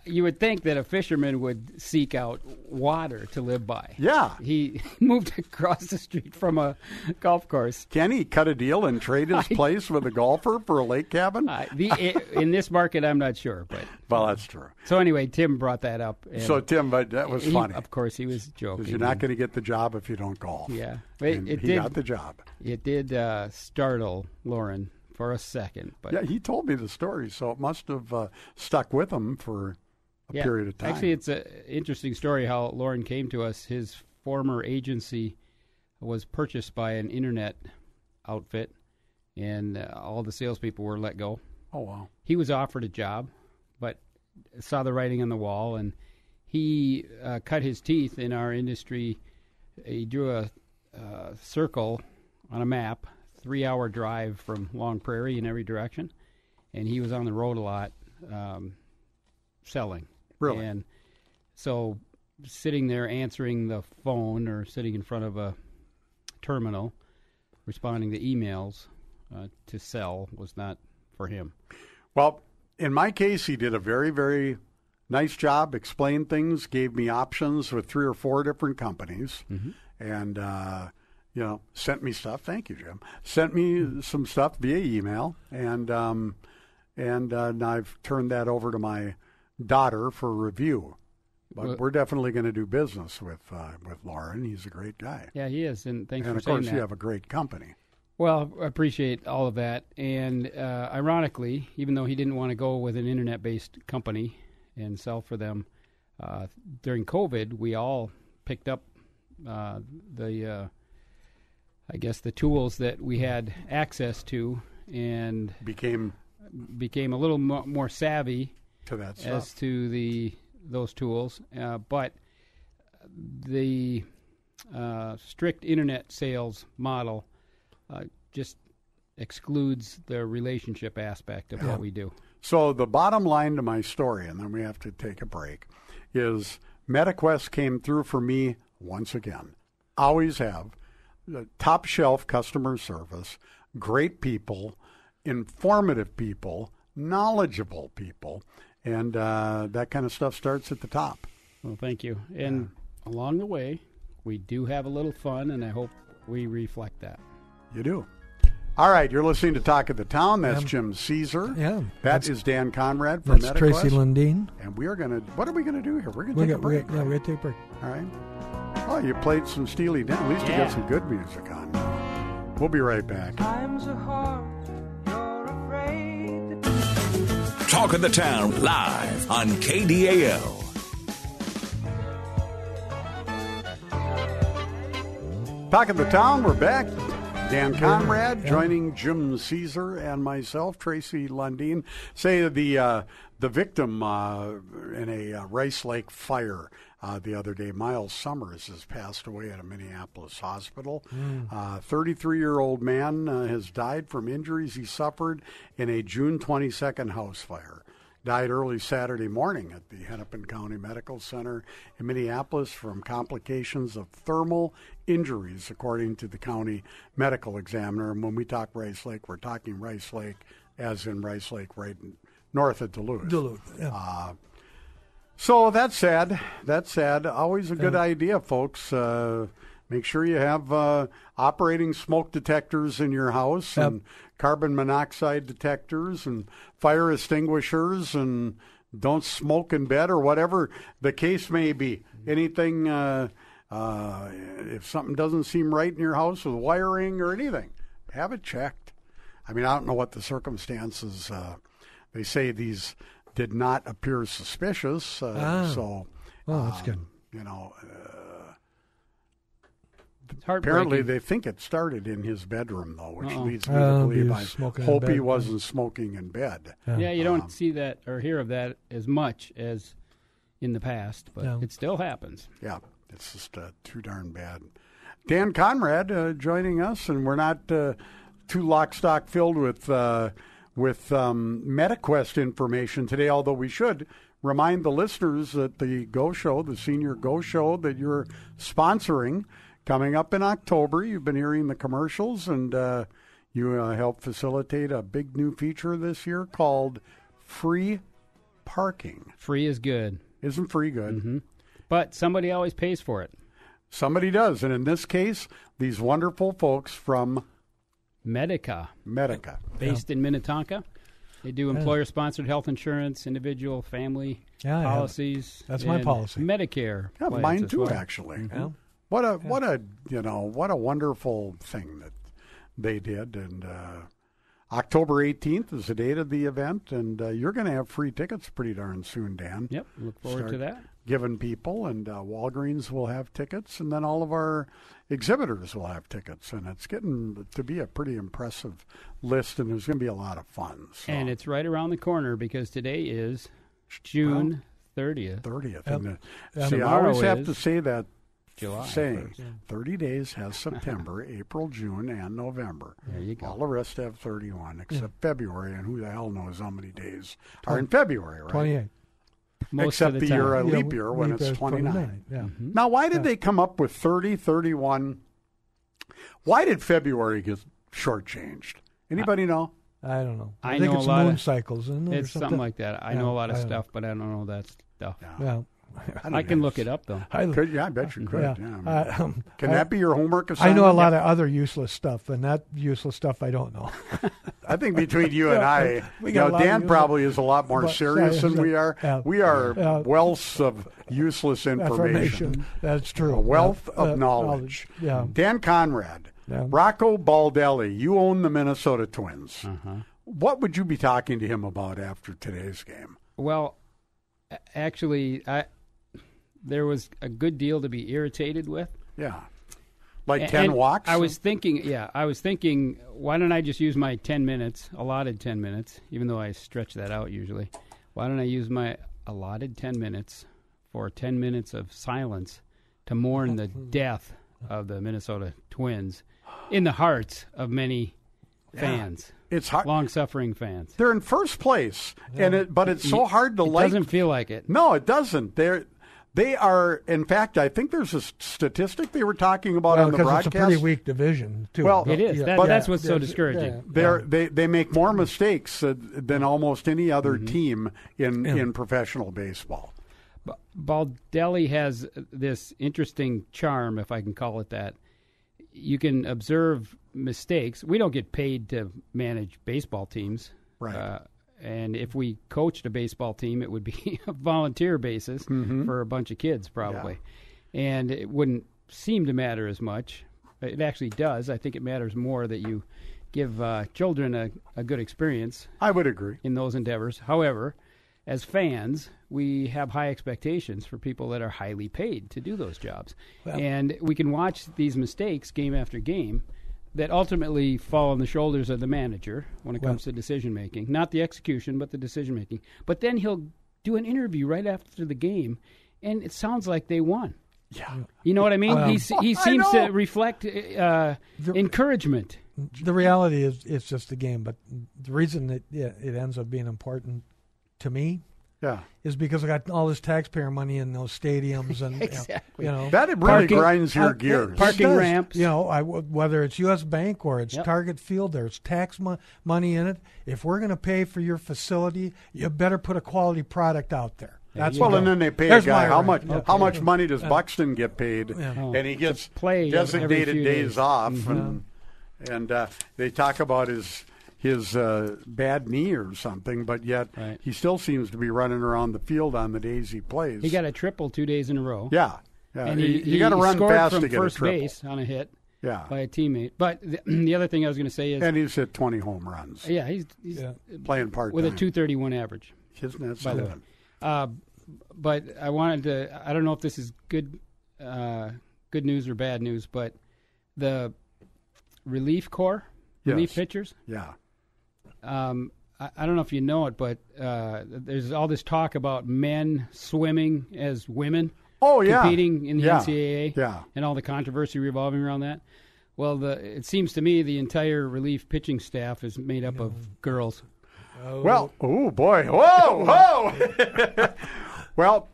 F: You would think that a fisherman would seek out water to live by.
A: yeah.
F: He moved across the street from a golf course.
A: Can he cut a deal and trade his place with a golfer for a lake cabin?
F: Uh, the, in this market, I'm not sure, but
A: well, that's true.
F: so anyway, Tim brought that up. And
A: So Tim, but that was
F: he-
A: funny.
F: Of course, he was joking.
A: 'cause you're not going to get the job if you don't golf.
F: Yeah. Wait,
A: And
F: it
A: he
F: did-
A: got the job.
F: It did uh, startle Lauren for a second, but
A: Yeah, he told me the story, so it must have uh, stuck with him for a
F: Yeah.
A: period of time.
F: Actually, it's an interesting story how Lauren came to us. His former agency was purchased by an internet outfit, and uh, all the salespeople were let go.
A: oh wow.
F: He was offered a job, but saw the writing on the wall, and he uh, cut his teeth in our industry. He drew a uh, circle on a map, three-hour drive from Long Prairie in every direction, and he was on the road a lot, um, selling.
A: Really?
F: And so sitting there answering the phone or sitting in front of a terminal responding to emails uh, to sell was not for him.
A: Well, in my case, he did a very, very nice job, explained things, gave me options with three or four different companies,
F: Mm-hmm.
A: and, uh, you know, sent me stuff. Thank you, Jim. Sent
F: Mm-hmm.
A: me some stuff via email, and, um, and, uh, and I've turned that over to my daughter for review. But
F: Well-
A: we're definitely going to do business with uh, with Lauren. He's a great guy,
F: Yeah, he is, and thanks
A: and
F: for
A: of course,
F: saying
A: you
F: that.
A: have a great company.
F: Well, I appreciate all of that. And uh, ironically, even though he didn't want to go with an internet based company and sell for them, uh, during COVID, we all picked up uh, the, uh, I guess, the tools that we had access to and
A: Became
F: became a little mo- more savvy
A: to that stuff.
F: as to the those tools, uh, but the uh, strict internet sales model uh, just excludes the relationship aspect of what we do.
A: So the bottom line to my story, and then we have to take a break, is MetaQuest came through for me once again. Always have. The top shelf customer service, great people, informative people, knowledgeable people, and uh, that kind of stuff starts at the top.
F: Well, thank you. And along the way, we do have a little fun, and I hope we reflect that.
A: You do. All right, you're listening to Talk of the Town. That's Jim Caesar.
B: Yeah.
A: That's, Dan Conrad from
B: That's Tracy
A: MetaQuest.
B: Lundeen.
A: And we are going to, what are we going to do here? We're going to
B: We're
A: take
B: gonna,
A: a break.
B: we're, yeah, we're gonna take a break.
A: All right. Oh, you played some Steely Dan. At least you got some good music on. We'll be right back.
G: Times are hard, you're afraid.
E: Talk of the Town live on KDAL.
A: Talk of the Town, we're back. Dan Conrad joining Jim Caesar and myself, Tracy Lundeen. Say the uh, the victim uh, in a uh, Rice Lake fire uh, the other day, Miles Summers, has passed away at a Minneapolis hospital. Thirty-three year old man uh, has died from injuries he suffered in a June twenty-second house fire. died early Saturday morning at the Hennepin County Medical Center in Minneapolis from complications of thermal injuries, according to the county medical examiner. And when we talk Rice Lake, we're talking Rice Lake as in Rice Lake right n- north of Duluth.
B: Duluth. Yeah.
A: So that's sad. That's sad. Always a good idea, folks. Uh, make sure you have uh, operating smoke detectors in your house and carbon monoxide detectors and fire extinguishers and don't smoke in bed or whatever the case may be. Anything, uh, uh, if something doesn't seem right in your house with wiring or anything, have it checked. I mean, I don't know what the circumstances. Uh, they say these did not appear suspicious, uh,
B: Ah.
A: so um,
B: oh, that's good.
A: you know. uh,
F: It's heartbreaking.
A: Apparently, they think it started in his bedroom, though, which
F: Uh-oh.
A: leads me to
B: Oh, he
A: believe
B: was
A: I
B: smoking in
A: hope he
B: bed.
A: wasn't smoking in bed.
F: yeah, you don't see that or hear of that as much as in the past, but
B: No.
F: it still happens.
A: Yeah, it's just uh, too darn bad. Dan Conrad uh, joining us, and we're not uh, too lock stock filled with uh, with um, MetaQuest information today. Although we should remind the listeners that the Go Show, the Senior Go Show that you're sponsoring, coming up in October. You've been hearing the commercials, and uh, you uh, helped facilitate a big new feature this year called free parking.
F: Free is good,
A: Isn't free good?
F: Mm-hmm. but somebody always pays for it.
A: Somebody does. And in this case, these wonderful folks from
F: Medica.
A: Medica.
F: based in Minnetonka. They do employer sponsored health insurance, individual, family
B: Yeah, I have it.
F: policies.
B: That's my
F: and
B: policy.
F: Medicare.
A: Yeah,
F: plans
A: mine
F: as
A: too,
F: well. Mm-hmm.
A: actually. What a what a you know what a wonderful thing that they did. And uh, October eighteenth is the date of the event, and uh, you're going to have free tickets pretty darn soon, Dan.
F: Yep, look forward to that.
A: Given people, and uh, Walgreens will have tickets, and then all of our exhibitors will have tickets, and it's getting to be a pretty impressive list, and there's going to be a lot of fun. So.
F: And it's right around the corner because today is June 30th,
A: thirtieth.
B: Yep.
A: And the,
B: Yeah.
A: see, I
F: Tomorrow
A: always have
F: is
A: to say that
F: July.
A: saying.
F: 1st.
A: Thirty days has September, April, June, and November.
F: There you go.
A: All the rest have thirty-one, except February, and who the hell knows how many days are in February, right?
B: 28.
F: Most
A: Except
F: of
A: the
F: the, time.
A: year I- A
B: Yeah,
A: leap year when it's Mm-hmm.
B: year's
A: 29.
B: Yeah.
A: Now, why did they come up with 30, 31? Why did February get shortchanged? Anybody know?
B: I don't know. I,
F: I
B: think
F: know a
B: it's
F: lot
B: moon
F: of-
B: cycles, isn't it? or
F: It's something like that. I
B: Yeah,
F: know a lot of
B: I don't-
F: stuff, but I don't know that stuff.
B: Yeah.
A: don't
F: I can
A: know.
F: look it up though.
B: I,
A: Could, yeah, I bet you could.
B: yeah.
A: Yeah.
B: Uh, um,
A: can
B: I-
A: that be your homework
B: I
A: assignment?
B: know a lot of other useless stuff, and that useless stuff I don't know.
A: I think between you and I,
B: We
A: you
B: got a
A: know,
B: lot of
A: Dan
B: useless-
A: probably is a lot more
B: But-
A: serious than we are.
B: Yeah.
A: We are
B: Yeah.
A: wealths of useless information.
B: Affirmation. That's true.
A: A wealth
B: Yeah.
A: of
B: Uh,
A: knowledge.
B: Yeah.
A: Dan Conrad,
B: Yeah.
A: Rocco Baldelli, you own the Minnesota Twins.
F: Uh-huh.
A: What would you be talking to him about after today's game?
F: Well, a- actually, I there was a good deal to be irritated with.
A: Yeah. Like
F: A-
A: 10
F: and
A: walks?
F: I was thinking, yeah, I was thinking, why don't I just use my ten minutes, allotted ten minutes, even though I stretch that out usually. Why don't I use my allotted ten minutes for ten minutes of silence to mourn the death of the Minnesota Twins in the hearts of many fans,
A: It's hard.
F: long-suffering fans.
A: They're in first place, and it, but it's so hard to
F: It
A: like.
F: doesn't feel like it.
A: No, it doesn't. They're they are. In fact, I think there's a statistic they were talking about
B: Well,
A: on the
B: because
A: broadcast.
B: it's a pretty weak division, too.
A: Well,
F: It is.
B: Yeah.
F: That,
A: But-
F: that's what's so
B: There's-
F: discouraging.
B: yeah.
A: They're, they they make more mistakes uh, than almost any other
B: Mm-hmm.
A: team in in professional baseball.
F: B- Baldelli has this interesting charm, if I can call it that. You can observe mistakes. We don't get paid to manage baseball teams,
A: Right.
F: Uh, and if we coached a baseball team, it would be a volunteer basis for a bunch of kids, probably, and it wouldn't seem to matter as much. It actually does. I think it matters more that you give uh, children a, a good experience
A: I would agree.
F: in those endeavors. However, as fans, we have high expectations for people that are highly paid to do those jobs. and we can watch these mistakes game after game that ultimately fall on the shoulders of the manager when it comes to decision making, not the execution, but the decision making. But then he'll do an interview right after the game, and it sounds like they won.
A: Yeah,
F: You know what I mean? he, s- he
A: I
F: seems
A: know.
F: to reflect uh, encouragement.
B: the reality is it's just a game, but the reason that yeah, it ends up being important to me
A: yeah.
B: is because I got all this taxpayer money in those stadiums and
F: Exactly.
B: you know
A: That really
F: Parking-
A: grinds your
B: Uh,
A: gears.
F: parking-
B: does.
F: ramps.
B: You know, I, w- whether it's U.S. Bank or it's
F: Yep.
B: Target Field, there's tax mo- money in it. If we're going to pay for your facility, you better put a quality product out there. That's
A: well,
B: what-
A: and then they pay
B: There's
A: a guy
B: my
A: how
B: rant.
A: much
B: Okay.
A: how much money does Buxton get paid,
B: Yeah.
A: and he gets
F: play every
A: designated
F: few
A: days,
F: days. Mm-hmm.
A: off, and and uh, they talk about his his uh, bad knee or something, but yet
F: Right.
A: he still seems to be running around the field on the days he plays.
F: He got a triple two days in a row.
A: yeah, yeah.
F: and
A: Uh, You-
F: he,
A: you got to run
F: scored
A: fast
F: from
A: to get
F: first
A: a triple.
F: base on a hit
A: Yeah.
F: by a teammate. But the, the other thing I was going to say is,
A: And he's hit 20 home runs
F: yeah, he's, he's
B: Yeah.
A: playing part
F: with a 231 average.
A: Isn't that
F: by the
A: something?
F: Uh, but I wanted to. I don't know if this is good, uh, good news or bad news, but the relief corps, relief
A: Yes.
F: pitchers.
A: Yeah.
F: Um, I, I don't know if you know it, but uh, there's all this talk about men swimming as women.
A: Oh yeah.
F: competing in the
A: yeah.
F: NCAA
A: Yeah.
F: and all the controversy revolving around that. Well, the, it seems to me the entire relief pitching staff is made up of girls.
A: Well, oh boy, whoa, whoa. well,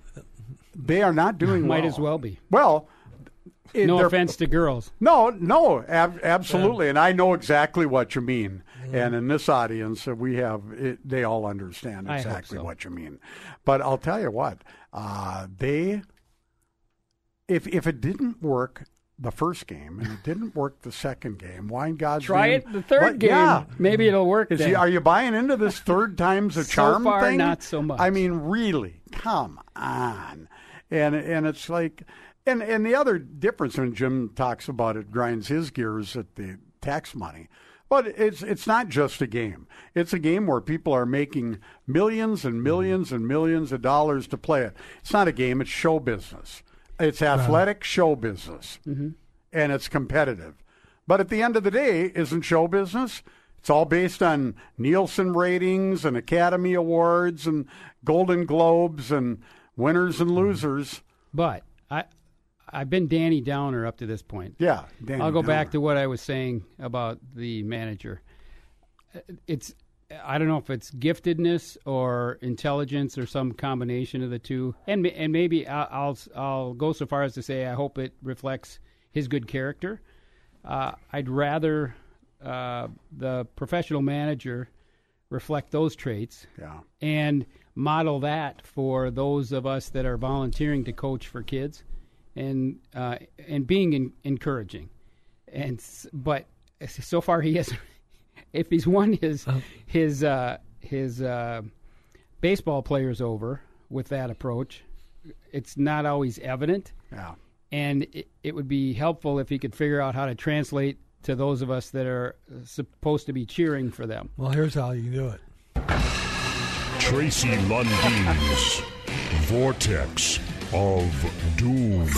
A: they are not doing
F: Might
A: well.
F: as well be.
A: Well, it-
F: No
A: they're-
F: offense to girls.
A: No, no, ab- absolutely, and I know exactly what you mean. And in this audience, uh, we have it, they all understand
F: I hope
A: exactly
F: so.
A: what you mean. But I'll tell you what, uh, they if if it didn't work the first game and it didn't work the second game, why in God's
F: Try
A: name-
F: it the third
A: what-
F: game.
A: Yeah,
F: Maybe it'll work.
A: is
F: then.
A: he, are you buying into this third time's a
F: So
A: charm
F: far,
A: thing?
F: not so much.
A: I mean, really, come on. And and it's like, and and the other difference when Jim talks about it grinds his gears at the tax money. But it's it's not just a game. It's a game where people are making millions
F: Mm-hmm.
A: and millions and millions of dollars to play it. It's not a game. It's show business. It's athletic show business and it's competitive. But at the end of the day, isn't show business? It's all based on Nielsen ratings and Academy Awards and Golden Globes and winners
F: Mm-hmm.
A: and losers.
F: but I, I've been Danny Downer up to this point.
A: Yeah, Danny
F: I'll go back to
A: Downer.
F: what I was saying about the manager. It's I don't know if it's giftedness or intelligence or some combination of the two, and ma- and maybe I- I'll I'll go so far as to say I hope it reflects his good character. uh, I'd rather uh, the professional manager reflect those traits
A: Yeah.
F: and model that for those of us that are volunteering to coach for kids and uh, and being in, encouraging and s- but so far he has if he's won his his uh, his uh, baseball players over with that approach it's not always evident
A: Yeah.
F: and it, it would be helpful if he could figure out how to translate to those of us that are supposed to be cheering for them
B: Well, here's how you do it.
H: Tracy Lundy's Vortex of Doom.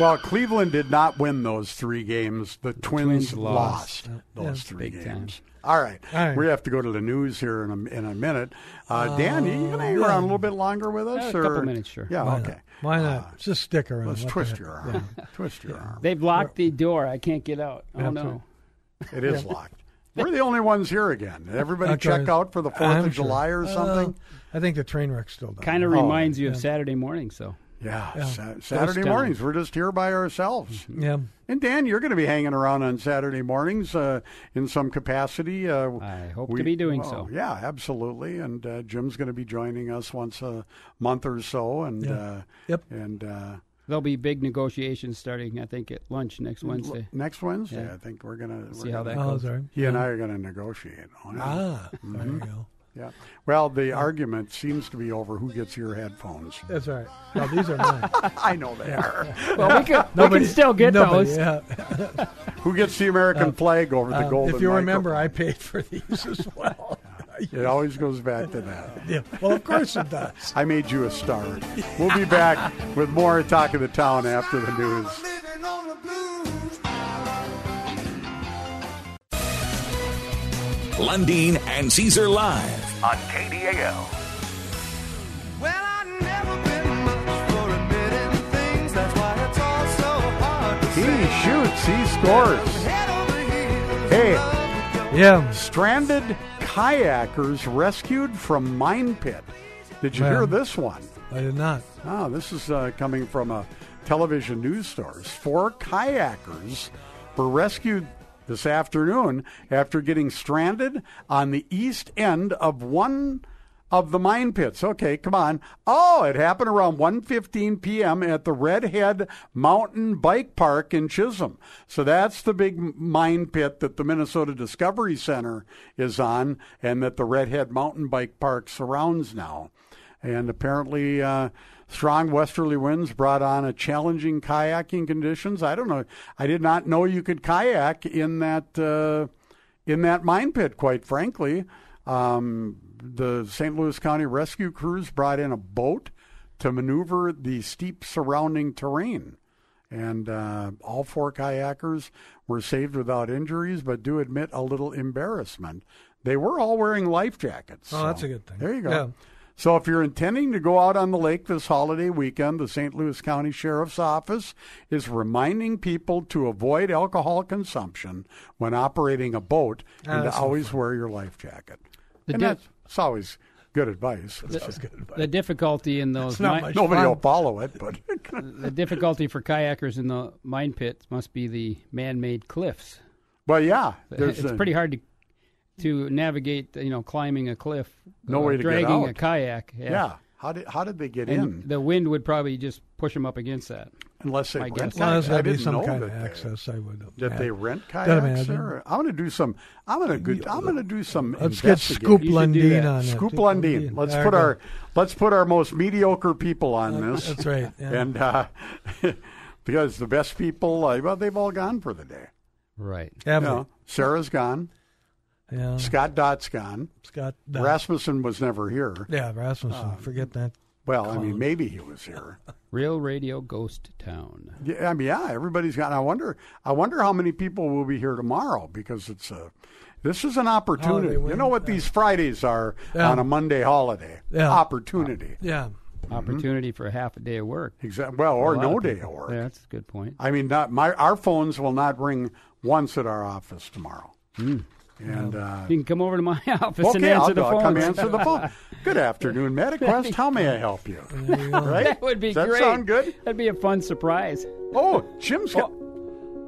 A: Well, Cleveland did not win those three games. The Twins,
F: Twins
A: lost,
F: lost.
A: those three
F: Big time.
A: games. All right.
B: All right.
A: we have to go to the news here in a, in a minute. Uh, Dan, you gonna hang around a little bit longer with us?
F: Uh, a
A: or?
F: couple minutes, sure.
A: Yeah,
B: Why
A: okay.
B: Not? Why not? Just stick around.
A: Let's
B: What the
A: twist
B: heck?
A: your arm. Twist your arm.
F: They've locked the door. I can't get out. Oh no!
A: It is locked. We're the only ones here again. Everybody
B: Okay.
A: check out for the 4th
B: I'm
A: of
B: sure.
A: July or
B: Uh,
A: something.
B: I think the train wreck's still down.
A: Oh,
F: Kind of reminds you of Saturday morning. So
A: yeah.
B: yeah. Mm-hmm.
A: Sa- Saturday
F: Ghost town.
A: mornings, we're just here by ourselves.
B: Yeah.
A: And Dan, you're going to be hanging around on Saturday mornings uh, in some capacity. Uh,
F: I hope to be doing
A: oh,
F: so.
A: Yeah, absolutely. And uh, Jim's going to be joining us once a month or so. And
B: Yeah.
A: uh,
B: Yep.
A: and uh,
F: there'll be big negotiations starting. I think at lunch next Wednesday.
A: next Wednesday,
F: Yeah.
A: I think we're going to
F: See how that
B: Oh,
F: goes.
B: sorry.
A: He and I are going to negotiate. on it.
B: Ah, there you go.
A: Yeah. Well, the argument seems to be over who gets your headphones.
B: That's all right. No, these are mine.
A: I know they are.
F: Well, we can, we
B: Nobody-
F: can still get
B: nobody-
F: those.
B: Yeah.
A: Who gets the American flag over the
B: Um,
A: golden?
B: if you
A: micro-
B: remember, I paid for these as well.
A: it always goes back to that.
B: yeah. Well, of course it does.
A: I made you a star. We'll be back with more talk of the town after the news.
G: Living on the blues.
E: Lundeen and Caesar Live.
D: on KDAL.
G: Well, I've never been much for admitting things. That's why it's all so hard to
A: He
G: say.
A: shoots, he scores.
G: Head over heels in
A: Hey.
G: love with your
B: Yeah.
A: Stranded kayakers rescued from mine pit. Did you hear
B: Man.
A: this one?
B: I did not.
A: Oh, this is uh, coming from a television news source. Four kayakers were rescued this afternoon after getting stranded on the east end of one of the mine pits. Okay, come on. Oh, it happened around 1:15 p.m. at the Redhead Mountain Bike Park in Chisholm. So that's the big mine pit that the Minnesota Discovery Center is on and that the Redhead Mountain Bike Park surrounds now. And apparently, uh, strong westerly winds brought on a challenging kayaking conditions. I don't know. I did not know you could kayak in that uh, in that mine pit. Quite frankly, um, the St. Louis County rescue crews brought in a boat to maneuver the steep surrounding terrain. And uh, all four kayakers were saved without injuries, but do admit a little embarrassment. They were all wearing life jackets.
B: Oh, that's a good thing.
A: There you go.
B: Yeah.
A: So if you're intending to go out on the lake this holiday weekend, the St. Louis County Sheriff's Office is reminding people to avoid alcohol consumption when operating a boat and to
B: Ah, that's no
A: always wear your life jacket.
F: The
A: and
F: di-
A: that's, it's always good advice. It's just good advice.
F: The difficulty in those
B: not
F: mine,
B: much
A: Nobody
B: fun.
A: will follow it, but
F: the difficulty for kayakers in the mine pits must be the man-made cliffs.
A: but yeah, there's
F: it's
A: a-
F: pretty hard to to navigate. You know, climbing a cliff,
A: No
F: uh,
A: way to get
F: dragging
A: out.
F: a kayak.
A: Yeah, how did how did they get
F: and
A: in?
F: the wind would probably just push them up against that.
A: Unless they
F: I
A: rent
F: guess.
B: Well, there's
A: kayaks. I
B: got to be
A: didn't
B: some
A: know
B: kind of
A: that they-
B: access. I would.
A: That
B: yeah.
A: they rent kayaks
B: imagine.
A: there? I'm going to do some. I'm going to good. I'm going to do some.
B: Let's get
A: investigating.
B: Scoop
F: You should do
B: Lundeen
F: that.
B: on it.
A: Scoop Lundeen. Let's
B: There
A: put
B: you go.
A: our let's put our most mediocre people on this.
B: That's right. Yeah.
A: And uh, because the best people, uh, well, they've all gone for the day.
F: Right.
A: You
B: Haven't Uh-huh.
A: know, Sarah's gone.
B: we? yeah.
A: Scott Dott's gone.
B: Scott. no.
A: Rasmussen was never here.
B: Yeah, Rasmussen.
A: Ah.
B: Forget that.
A: Well, I mean, maybe he was here.
F: Real radio ghost town.
A: Yeah, I mean, yeah, everybody's gone. I wonder. I wonder how many people will be here tomorrow because it's a. This is an opportunity. You
B: win.
A: know what these Fridays are
B: Yeah.
A: on a Monday holiday.
B: Yeah.
A: Opportunity.
B: Yeah.
A: Mm-hmm.
F: Opportunity for half a day of work.
A: Exactly. Well, or
F: A lot
A: no
F: of
A: day
F: people-
A: at work.
F: Yeah, that's a good point.
A: I mean, not my our phones will not ring once at our office tomorrow.
B: Hmm.
A: And uh,
F: You can come over to my office and
A: okay,
F: answer
A: I'll,
F: the
A: go- I'll
F: phone.
A: come answer the phone. Good afternoon, MetaQuest. How may I help you? Right?
F: That would be
A: Does that
F: great.
A: sound good?
F: That'd be a fun surprise.
A: Oh, Jim's got.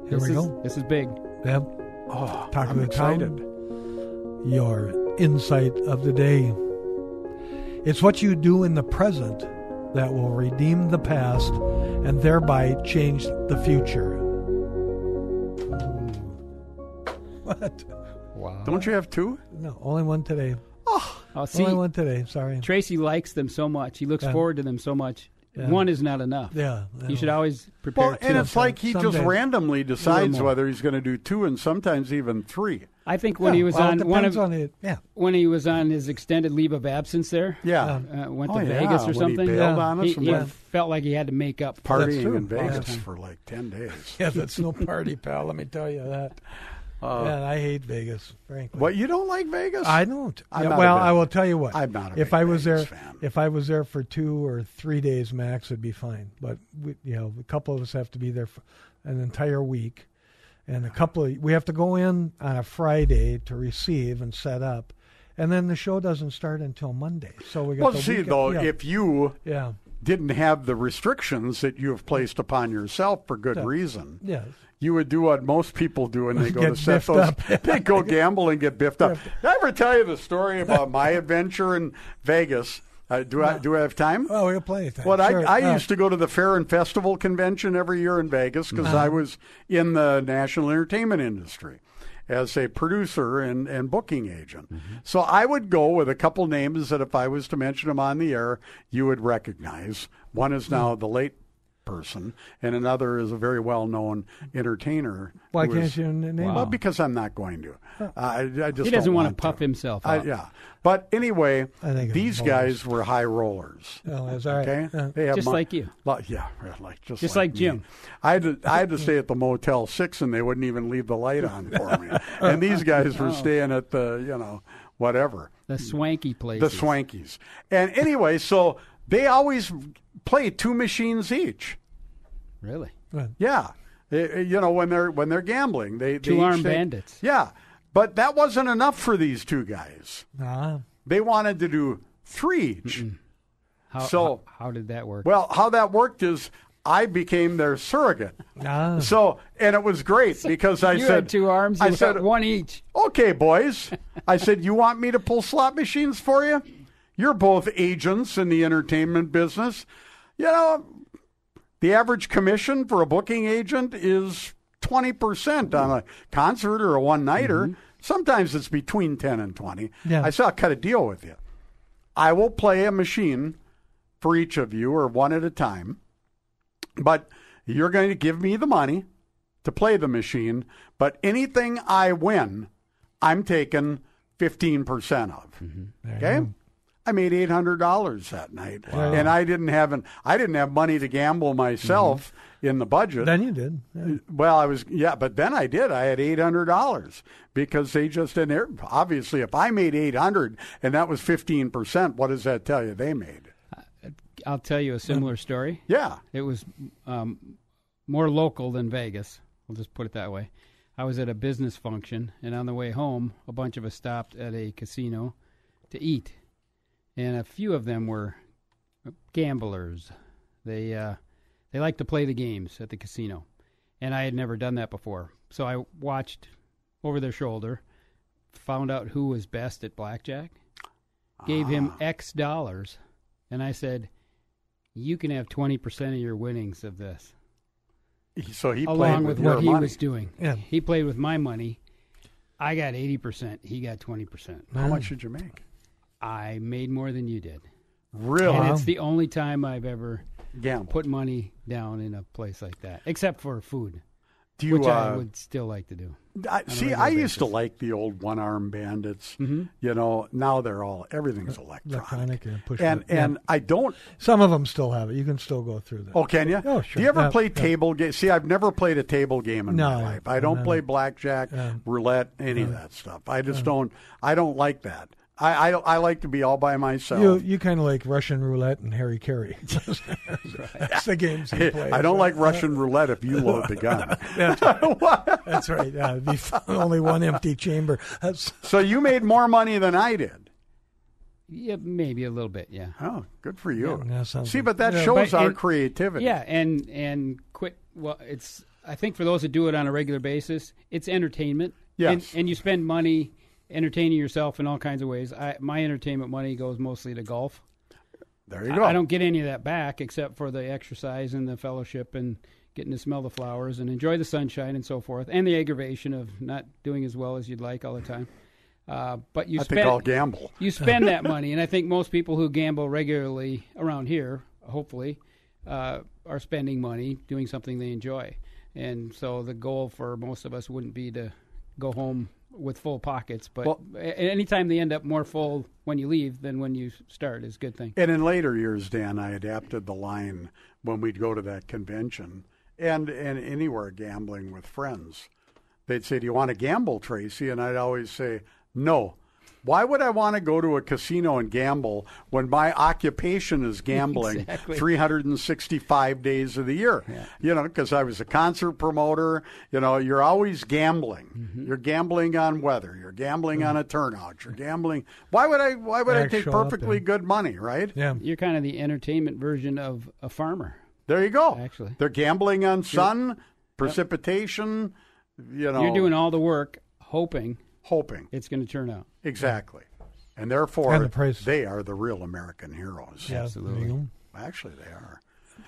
B: Here
F: this
B: we
F: is,
B: go.
F: This is big. Uh,
B: Deb,
A: Oh,
B: Talk of
A: I'm
B: the town.
A: excited.
B: your insight of the day. It's what you do in the present that will redeem the past and thereby change the future. What?
F: Wow.
A: Don't you have two?
B: No, only one today.
F: Oh, see,
B: only one today. Sorry.
F: Tracy likes them so much. He looks
B: Yeah.
F: forward to them so much.
B: Yeah.
F: One is not enough.
B: yeah.
F: You should
B: no.
F: always prepare
A: Well,
F: two.
A: and it's like he
B: Some
A: just
B: days.
A: randomly decides
F: more.
A: whether he's going to do two and sometimes even three.
F: I think when
B: Yeah,
F: he was
B: well, it
F: on one
B: depends
F: of
B: on it. Yeah.
F: when he was on his extended leave of absence there,
A: Yeah.
F: uh, went
A: Oh,
F: to
A: yeah,
F: Vegas or
A: when he
F: something.
A: bailed
B: Yeah.
A: on us
F: He,
A: and
F: he
A: went
F: felt like he had to make up. for it.
B: That's true.
A: partying in
B: All the
A: Vegas
B: time.
A: for like 10 days.
B: Yeah, that's no party, pal. Let me tell you that. Uh, Man, I hate Vegas, frankly.
A: What, you don't like Vegas?
B: I don't.
A: I'm
B: Yeah,
A: not a
B: well,
A: big-
B: I will tell you what.
A: I'm not a
B: if
A: big
B: I was
A: Vegas
B: there,
A: fan.
B: if I was there for two or three days max, it'd be fine. But we, you know, a couple of us have to be there for an entire week, and a couple of we have to go in on a Friday to receive and set up, and then the show doesn't start until Monday. So we got.
A: well,
B: the
A: see,
B: weekend-
A: though,
B: yeah,
A: if you
B: yeah,
A: didn't have the restrictions that you have placed upon yourself for good reason,
B: yeah,
A: you would do what most people do when they go
B: Get
A: to set
B: biffed
A: those.
B: up.
A: they go gamble and get biffed up. Did I ever tell you the story about my adventure in Vegas? Uh, do I do I have time? Uh,
B: well, we'll play it.
A: What I, I used to go to the Fair and Festival Convention every year in Vegas because
B: Uh-huh.
A: I was in the national entertainment industry as a producer and, and booking agent.
B: Mm-hmm.
A: So I would go with a couple names that if I was to mention them on the air, you would recognize. One is
B: Mm-hmm.
A: now the late person, and another is a very well known entertainer.
B: Why
A: who is-
B: can't you name
F: Wow.
A: Well, because I'm not going to. I, I just
F: he doesn't
A: want
F: want to puff himself
A: I-
F: up.
A: yeah, but anyway,
B: I think it's
A: these
B: bogus.
A: guys were high rollers.
B: No, it's all right.
A: Okay,
B: Uh,
A: they have
F: Just
A: mon-
F: like you.
A: Lo- yeah, right, like just,
F: Just like
A: me.
F: Jim.
A: I had to I had to stay at the Motel Six, and they wouldn't even leave the light on for me. and these guys
F: Oh.
A: were staying at the you know whatever
F: The swanky place.
A: the Swankies. And anyway, so they always play two machines each.
F: Really?
A: Yeah, Eh, eh, you know when they're when they're gambling, they they
F: Two
A: each
F: armed
A: take-
F: bandits.
A: Yeah, but that wasn't enough for these two guys.
B: Nah.
A: They wanted to do three each.
F: How,
A: So-
F: how, how did that work?
A: Well, how that worked is I became their surrogate.
B: Ah.
A: So, and it was great because I
F: you
A: said,
F: had two arms. You
A: I
F: got
A: said,
F: one each.
A: okay, boys. I said, you want me to pull slot machines for you? You're both agents in the entertainment business. You know, the average commission for a booking agent is 20% on a concert or a one nighter. Sometimes it's between 10 and 20.
B: Yeah.
A: I said, I'll cut a deal with you. I will play a machine for each of you or one at a time, but you're going to give me the money to play the machine, but anything I win, I'm taking 15% of.
F: Mm-hmm.
A: Okay? I made eight hundred dollars that night, and I didn't have an I didn't have money to gamble myself
F: Mm-hmm.
A: in the budget.
B: Then you did. Yeah.
A: well, I was yeah, but then I did. I had eight hundred dollars because they just didn't. Obviously, if I made eight hundred and that was fifteen percent, what does that tell you they made?
F: I'll tell you a similar story.
A: Yeah,
F: It was um, more local than Vegas. We'll just put it that way. I was at a business function, and on the way home, a bunch of us stopped at a casino to eat, and a few of them were gamblers. They uh, they like to play the games at the casino, and I had never done that before. So I watched over their shoulder, found out who was best at blackjack, gave him X dollars, and I said, "You can have twenty percent of your winnings of this."
A: He- so he
F: along
A: played
F: with,
A: with,
F: what
A: your
F: he
A: money.
F: was doing.
B: Yeah.
F: He played with my money. I got 80%. He got 20%.
A: How much did you make?
F: I made more than you did.
A: Really?
F: And
B: Wow.
F: it's the only time I've ever
A: Gamble.
F: put money down in a place like that, except for food,
A: Do
F: which I
A: uh,
F: would still like to do.
A: I, see,
F: regular
A: I used to
F: basis.
A: like the old one arm bandits. You know, now they're all everything's electronic.
B: Mm-hmm. electronic and push
A: and
B: button, yeah.
A: and I don't.
B: Some of them still have it. You can still go through that.
A: Oh, can you?
B: Oh, sure.
A: Do you ever
B: Yeah,
A: play
B: yeah.
A: table game? See, I've never played a table game in my
B: No,
A: life. I don't
B: no.
A: play blackjack, roulette, any of that stuff. I just don't. I don't like that. I, I I like to be all by myself.
B: You you kind of like Russian roulette and Harry Carey. That's the games he plays.
A: I don't like Russian roulette if you load the gun.
B: That's right. Yeah, it'd be fun. only one empty chamber. That's
A: so you made more money than I did.
F: Yeah, maybe a little bit, yeah.
A: Oh, good for you.
B: Yeah, that sounds
A: see,
B: good.
A: but that
F: Yeah,
A: shows
F: but
A: our
F: it-
A: creativity.
F: Yeah, and and quit well it's I think for those that do it on a regular basis, it's entertainment.
A: Yes.
F: And, and you spend money entertaining yourself in all kinds of ways. I, my entertainment money goes mostly to golf.
A: There you
F: I-
A: go.
F: I don't get any of that back except for the exercise and the fellowship and getting to smell the flowers and enjoy the sunshine and so forth, and the aggravation of not doing as well as you'd like all the time. Uh, but you
A: I
F: spend
A: think I'll gamble.
F: you spend that money, and I think most people who gamble regularly around here, hopefully, uh, are spending money doing something they enjoy. And so the goal for most of us wouldn't be to go home with full pockets, but
A: Well-
F: a- anytime they end up more full when you leave than when you start is a good thing.
A: And in later years, Dan, I adapted the line when we'd go to that convention and, and anywhere gambling with friends. They'd say, Do you want to gamble, Tracy? And I'd always say, No. Why would I want to go to a casino and gamble when my occupation is gambling 365 days of the year? You know, because I was a concert promoter. You know, you're always gambling.
B: Mm-hmm.
A: You're gambling on weather. You're gambling on a turnout. You're gambling. Why would I? Why would I
B: Yeah,
A: take
B: Mm-hmm. show up
A: perfectly
B: and-
A: good money, right?
B: Yeah.
F: You're kind of the entertainment version of a farmer.
A: There you go.
F: Actually.
A: they're gambling on sun, precipitation. You know,
F: You're doing all the work, hoping
A: hoping
F: it's going to turn out.
A: exactly, and therefore
B: And the price.
A: they are the real American heroes.
B: Yeah, there you go.
A: Actually, they are.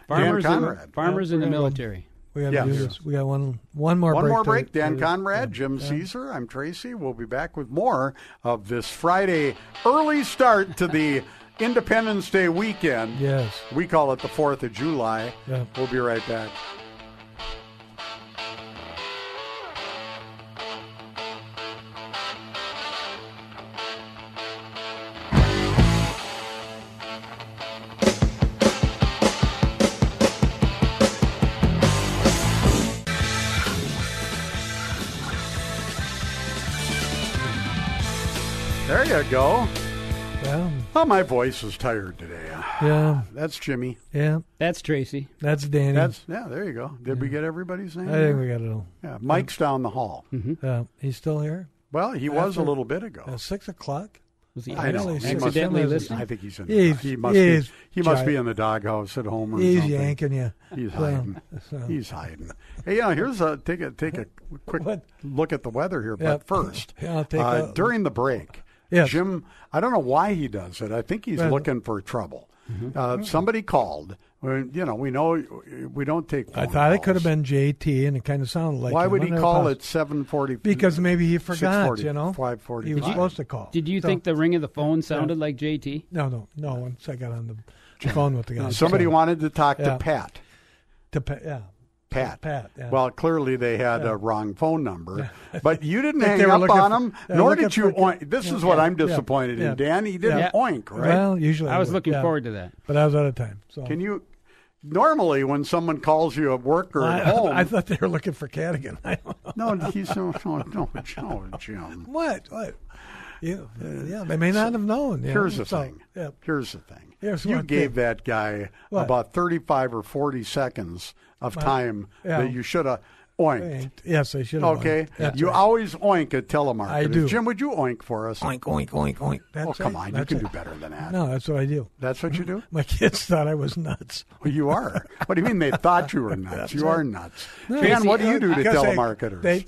F: Farmers, in,
A: Conrad.
F: the- farmers in the
B: Yeah, we're gonna-
F: military.
B: We got to
A: Yeah.
B: do this. We got one one more
A: One
B: break.
A: more
B: to-
A: break. Dan
B: to-
A: Conrad, Jim Caesar. I'm Tracy. We'll be back with more of this Friday early start to the Independence Day weekend.
B: Yes.
A: We call it the 4th of July.
B: Yeah.
A: We'll be right back. There you go.
B: Yeah.
A: Oh, my voice is tired today.
B: Yeah.
A: That's Jimmy.
B: Yeah.
F: That's Tracy.
B: That's Danny.
A: That's yeah. There you go. Did we get everybody's name?
B: I think we got it all.
A: yeah, Mike's down the hall.
B: Uh, he's still here.
A: Well, he was a
B: After-
A: little bit ago.
B: At six o'clock.
F: Was he
A: I know.
B: Really?
A: He must-
F: accidentally
B: Sometimes-
F: listening?
A: I think he's in.
B: He's-
A: he must.
B: he's
A: be, he must be
B: giant.
A: in the doghouse at home or
B: He's
A: something.
B: yanking you.
A: He's
B: So,
A: hiding.
B: so-
A: He's hiding. Hey, you know, here's a take a take a quick
B: What?
A: look at the weather here. But
B: Yep.
A: first,
B: Yeah, I'll take
A: uh,
B: a-
A: during the break,
B: Yes.
A: Jim. I don't know why he does it. I think he's
B: Well- mm-hmm.
A: looking for trouble. Uh, somebody called. We- You know, we know we don't take.
B: I
A: phone
B: thought it
A: calls.
B: could have been JT, and it kind of sounded like.
A: Why
B: him.
A: would
B: I
A: he
B: wonder
A: call
B: if
A: at seven forty?
B: Because maybe he forgot.
A: 6:40,
B: You know,
A: 5:45.
B: He was supposed to call.
F: Did you
B: So-
F: think the ring of the phone sounded like JT?
B: No, no, no. Once I got on the- the phone with the guy,
A: somebody
B: So-
A: wanted to talk
B: Yeah.
A: to Pat.
B: to pa- yeah.
A: Pat.
B: Pat, yeah.
A: Well, clearly they had a wrong phone number, but you didn't hang
B: they were
A: up
B: looking
A: on
B: for-
A: him,
B: they were
A: nor
B: looking
A: did you
B: for-
A: oink. This is what I'm
B: yeah,
A: disappointed
B: yeah.
A: in, Dan. He didn't
F: Yeah.
A: oink, right?
B: Well, usually
F: I was
B: would,
F: looking
B: yeah.
F: forward to that.
B: but I was out of time. So
A: Can you? Normally, when someone calls you at work or
B: I,
A: at home,
B: I thought they were looking for Cadigan. I don't know.
A: no, he's no, no, no, no, Jim.
B: What? What? You, yeah, they may not have known. you
A: Uh, Here's
B: know,
A: the
B: so,
A: thing.
B: Yeah.
A: Here's the thing.
B: Here's
A: you
B: one
A: gave
B: thing.
A: that guy
B: What?
A: about 35 or 40 seconds of time
B: yeah.
A: that you should have oinked.
B: Yes, I should have.
A: Okay,
B: That's
A: you
B: right.
A: always oink at telemarketers.
B: I do. Oh,
A: Jim, would you oink for us? Oink, oink, oink, oink.
B: That's
A: oh, come
B: right.
A: on,
B: That's
A: you
B: it.
A: can do better than that.
B: No, that's what I do.
A: That's what you do.
B: My kids thought I was nuts.
A: Well, you are. What do you mean they thought you were nuts? You are nuts.
B: No,
A: Dan,
B: see,
A: what do
B: uh,
A: you do to
B: because I-
A: telemarketers?
B: They,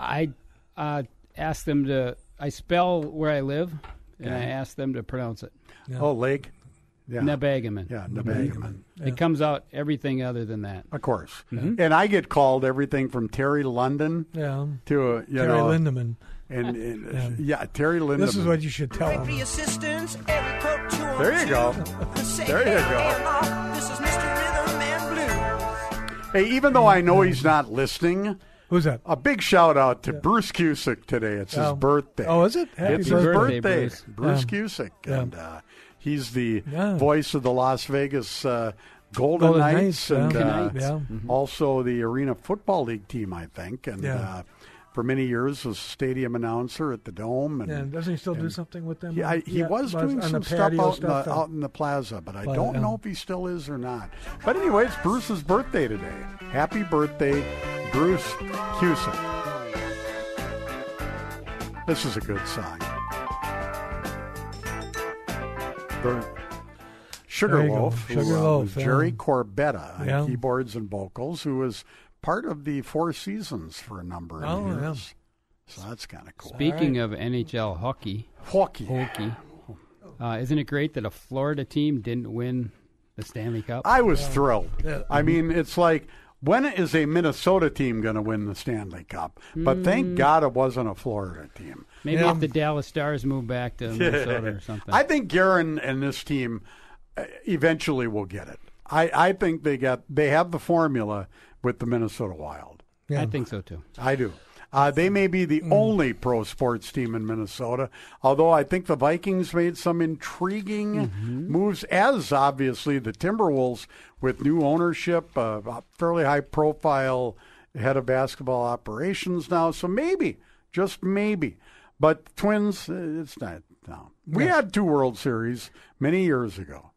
F: I uh, asked them to. I spell where I live, and I asked them to pronounce it.
A: Oh, Lake. Yeah,
F: Nebagaman.
A: yeah, Nebagaman.
F: It comes out everything other than that.
A: Of course.
G: Mm-hmm.
A: And I get called everything from Terry London
B: yeah.
A: to uh, you
B: Terry
A: know,
B: Lindemann.
A: and, and yeah. Terry Lindeman.
B: This is what you should tell them.
G: assistance, every code
A: There you go. There you
G: go. This is Mr. Rhythm and Blues.
A: Hey, even though I know he's not listening,
B: Who's that?
A: a big shout out to Bruce Cusick today. It's his
B: Oh.
A: birthday.
B: Oh, is it? Happy
A: it's
F: birthday,
A: his birthday.
F: Bruce.
A: Bruce
B: Yeah.
A: Cusick,
B: Yeah.
A: and uh, he's the
B: Yeah.
A: voice of the Las Vegas uh, Golden,
B: Golden
A: Knights,
B: Knights, yeah.
A: and uh,
B: Knights. Yeah. Mm-hmm.
A: also the Arena Football League team, I think, and.
B: Yeah.
A: Uh, for many years, was stadium announcer at the Dome, and,
B: Yeah, doesn't he still do
A: and-
B: something with them?
A: He, I, he
B: Yeah,
A: was
B: on
A: doing
B: the
A: some stuff
B: patio
A: out, in the,
B: stuff.
A: out in the plaza, but I
B: But,
A: don't
B: um,
A: know if he still is or not. But anyway, it's Bruce's birthday today. Happy birthday, Bruce Cusick. This is a good song. The
B: There you go.
A: Sugarloaf, who, uh,
B: Sugarloaf,
A: was
B: yeah.
A: Jerry Corbetta on
B: Yeah.
A: keyboards and vocals, who was part of the Four Seasons for a number of
B: Oh, yeah.
A: years. So that's kind of cool.
F: Speaking of NHL hockey,
A: Hockey.
F: hockey, uh, isn't it great that a Florida team didn't win the Stanley Cup?
A: I was thrilled.
B: Yeah. mm-hmm.
A: I mean, it's like when is a Minnesota team going to win the Stanley Cup? But
B: Mm.
A: thank God it wasn't a Florida team.
F: Maybe
B: Yeah.
F: if the Dallas Stars move back to Minnesota or something.
A: I think Garen and this team uh, eventually will get it. I, I think they got they have the formula with the Minnesota Wild.
F: I think so too.
A: I do. Uh, they may be
B: Hmm.
A: the only pro sports team in Minnesota, although I think the Vikings made some intriguing
B: Mm-hmm.
A: moves, as obviously the Timberwolves with new ownership, uh, a fairly high profile head of basketball operations now. So maybe, just maybe. But Twins, uh, it's not. No. We had two World Series many years ago,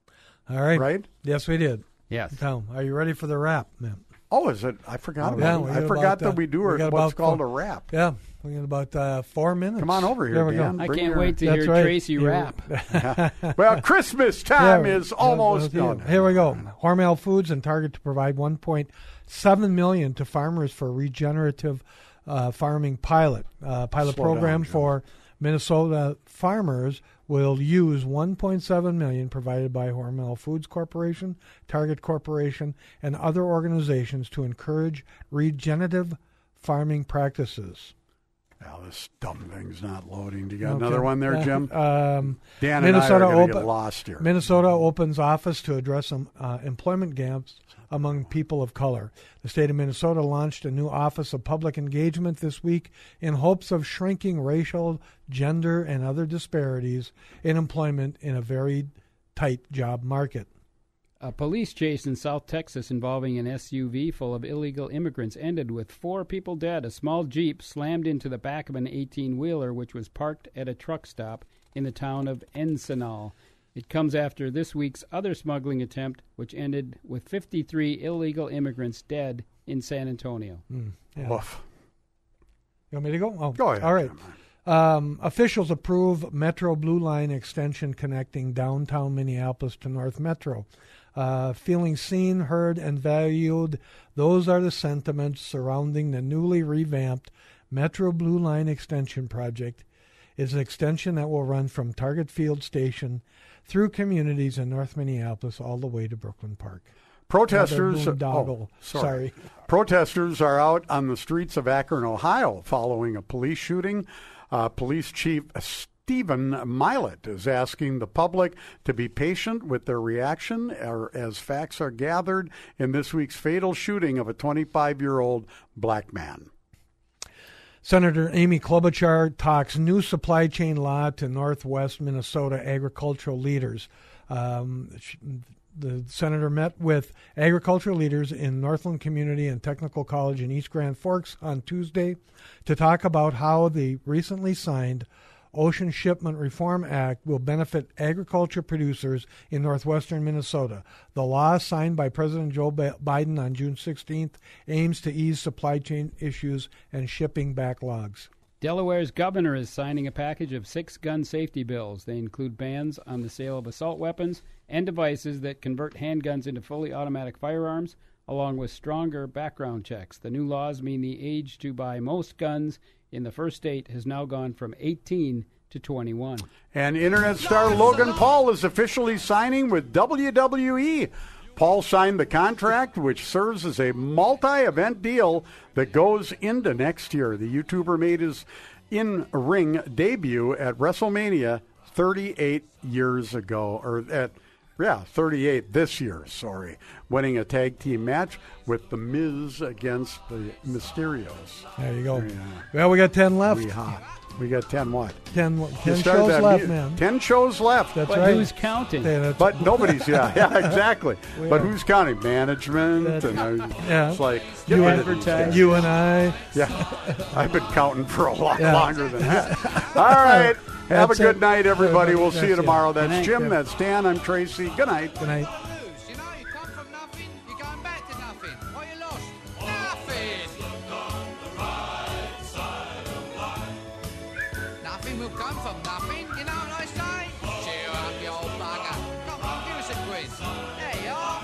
B: All right.
A: right?
B: Yes, we did.
F: Yes.
B: Tom, are you ready for the wrap, man?
A: Oh, is it? I forgot.
B: Yeah,
A: about
B: we
A: it.
B: got
A: I forgot
B: about,
A: that
B: uh,
A: we do
B: we
A: our-
B: got
A: what's
B: about
A: called
B: four-
A: a wrap.
B: Yeah, we got about uh, four minutes.
A: Come on over here,
B: There we
A: Dan.
B: go.
F: I
A: Bring
F: can't
A: your-
F: wait to
B: That's
F: hear
B: right.
F: Tracy
B: You-
F: rap.
A: Well, Christmas time
B: Yeah,
A: is almost
B: yeah,
A: done.
B: Here we go. Hormel Foods and Target to provide 1.7 million to farmers for regenerative uh, farming pilot uh, pilot
A: Slow down,
B: program
A: Jim.
B: for Minnesota farmers will use 1.7 million provided by Hormel Foods Corporation, Target Corporation, and other organizations to encourage regenerative farming practices.
A: Now this dumb thing's not loading. Do you got
B: Okay.
A: another one there,
B: Uh,
A: Jim?
B: um,
A: Dan
B: Minnesota
A: and I are gonna get
B: open-
A: lost here.
B: Minnesota opens office to address some uh, employment gaps among people of color. The state of Minnesota launched a new office of public engagement this week in hopes of shrinking racial, gender, and other disparities in employment in a very tight job market.
F: A police chase in South Texas involving an SUV full of illegal immigrants ended with four people dead. A small Jeep slammed into the back of an 18 wheeler, which was parked at a truck stop in the town of Encinal. It comes after this week's other smuggling attempt, which ended with 53 illegal immigrants dead in San Antonio.
B: Yeah.
A: Woof.
B: You want me to go? Oh,
A: Go ahead,
B: All right.
A: Jim.
B: Um, officials approve Metro Blue Line extension connecting downtown Minneapolis to North Metro. Uh, feeling seen, heard, and valued, those are the sentiments surrounding the newly revamped Metro Blue Line extension project. It's an extension that will run from Target Field Station through communities in North Minneapolis all the way to Brooklyn Park.
A: Protesters.
B: Another boondoggle.
A: Oh, sorry.
B: Sorry.
A: Protesters are out on the streets of Akron, Ohio, following a police shooting. Uh, police Chief Stephen Milet is asking the public to be patient with their reaction or as facts are gathered in this week's fatal shooting of a 25 year old black man.
B: Senator Amy Klobuchar talks new supply chain law to Northwest Minnesota agricultural leaders. Um, sh- the senator met with agricultural leaders in Northland Community and Technical College in East Grand Forks on Tuesday to talk about how the recently signed Ocean Shipment Reform Act will benefit agriculture producers in northwestern Minnesota. The law signed by President Joe Bi- Biden on June 16th aims to ease supply chain issues and shipping backlogs.
F: Delaware's governor is signing a package of six gun safety bills. They include bans on the sale of assault weapons and devices that convert handguns into fully automatic firearms, along with stronger background checks. The new laws mean the age to buy most guns in the first state has now gone from 18 to 21.
A: And internet star Logan Paul is officially signing with WWE. Paul signed the contract, which serves as a multi event deal that goes into next year. The YouTuber made his in ring debut at WrestleMania 38 years ago, or at, yeah, 38 this year, sorry, winning a tag team match with The Miz against The Mysterios.
B: There you go. Well, we got 10 left.
A: We, hot. we got 10 what?
B: 10,
A: You
B: 10
A: started
B: shows
A: that
B: left,
A: mu-
B: man.
A: 10 shows left.
B: That's
F: But
B: right.
F: who's counting?
B: Yeah, that's-
A: But nobody's, yeah, yeah, exactly. But
B: are-
A: who's counting? Management and uh,
B: Yeah.
A: it's like get
B: you,
A: rid of these
B: and,
A: guys.
B: you and I.
A: Yeah, I've been counting for a lot
B: Yeah.
A: longer than that. All right, have a
B: That's
A: good
B: it.
A: night, everybody. We'll
B: Everybody,
A: see you
B: yes, yeah.
A: tomorrow.
B: Good
A: That's
B: night,
A: Jim.
B: Jim.
A: That's Dan. I'm Tracy. Good night.
B: Good night.
I: lose. You know, you come from nothing, you're going back to nothing. What you lost? Nothing! Nothing will come from nothing, you know what I say? Cheer up, you old bugger. Come on, give us a quiz. There you are.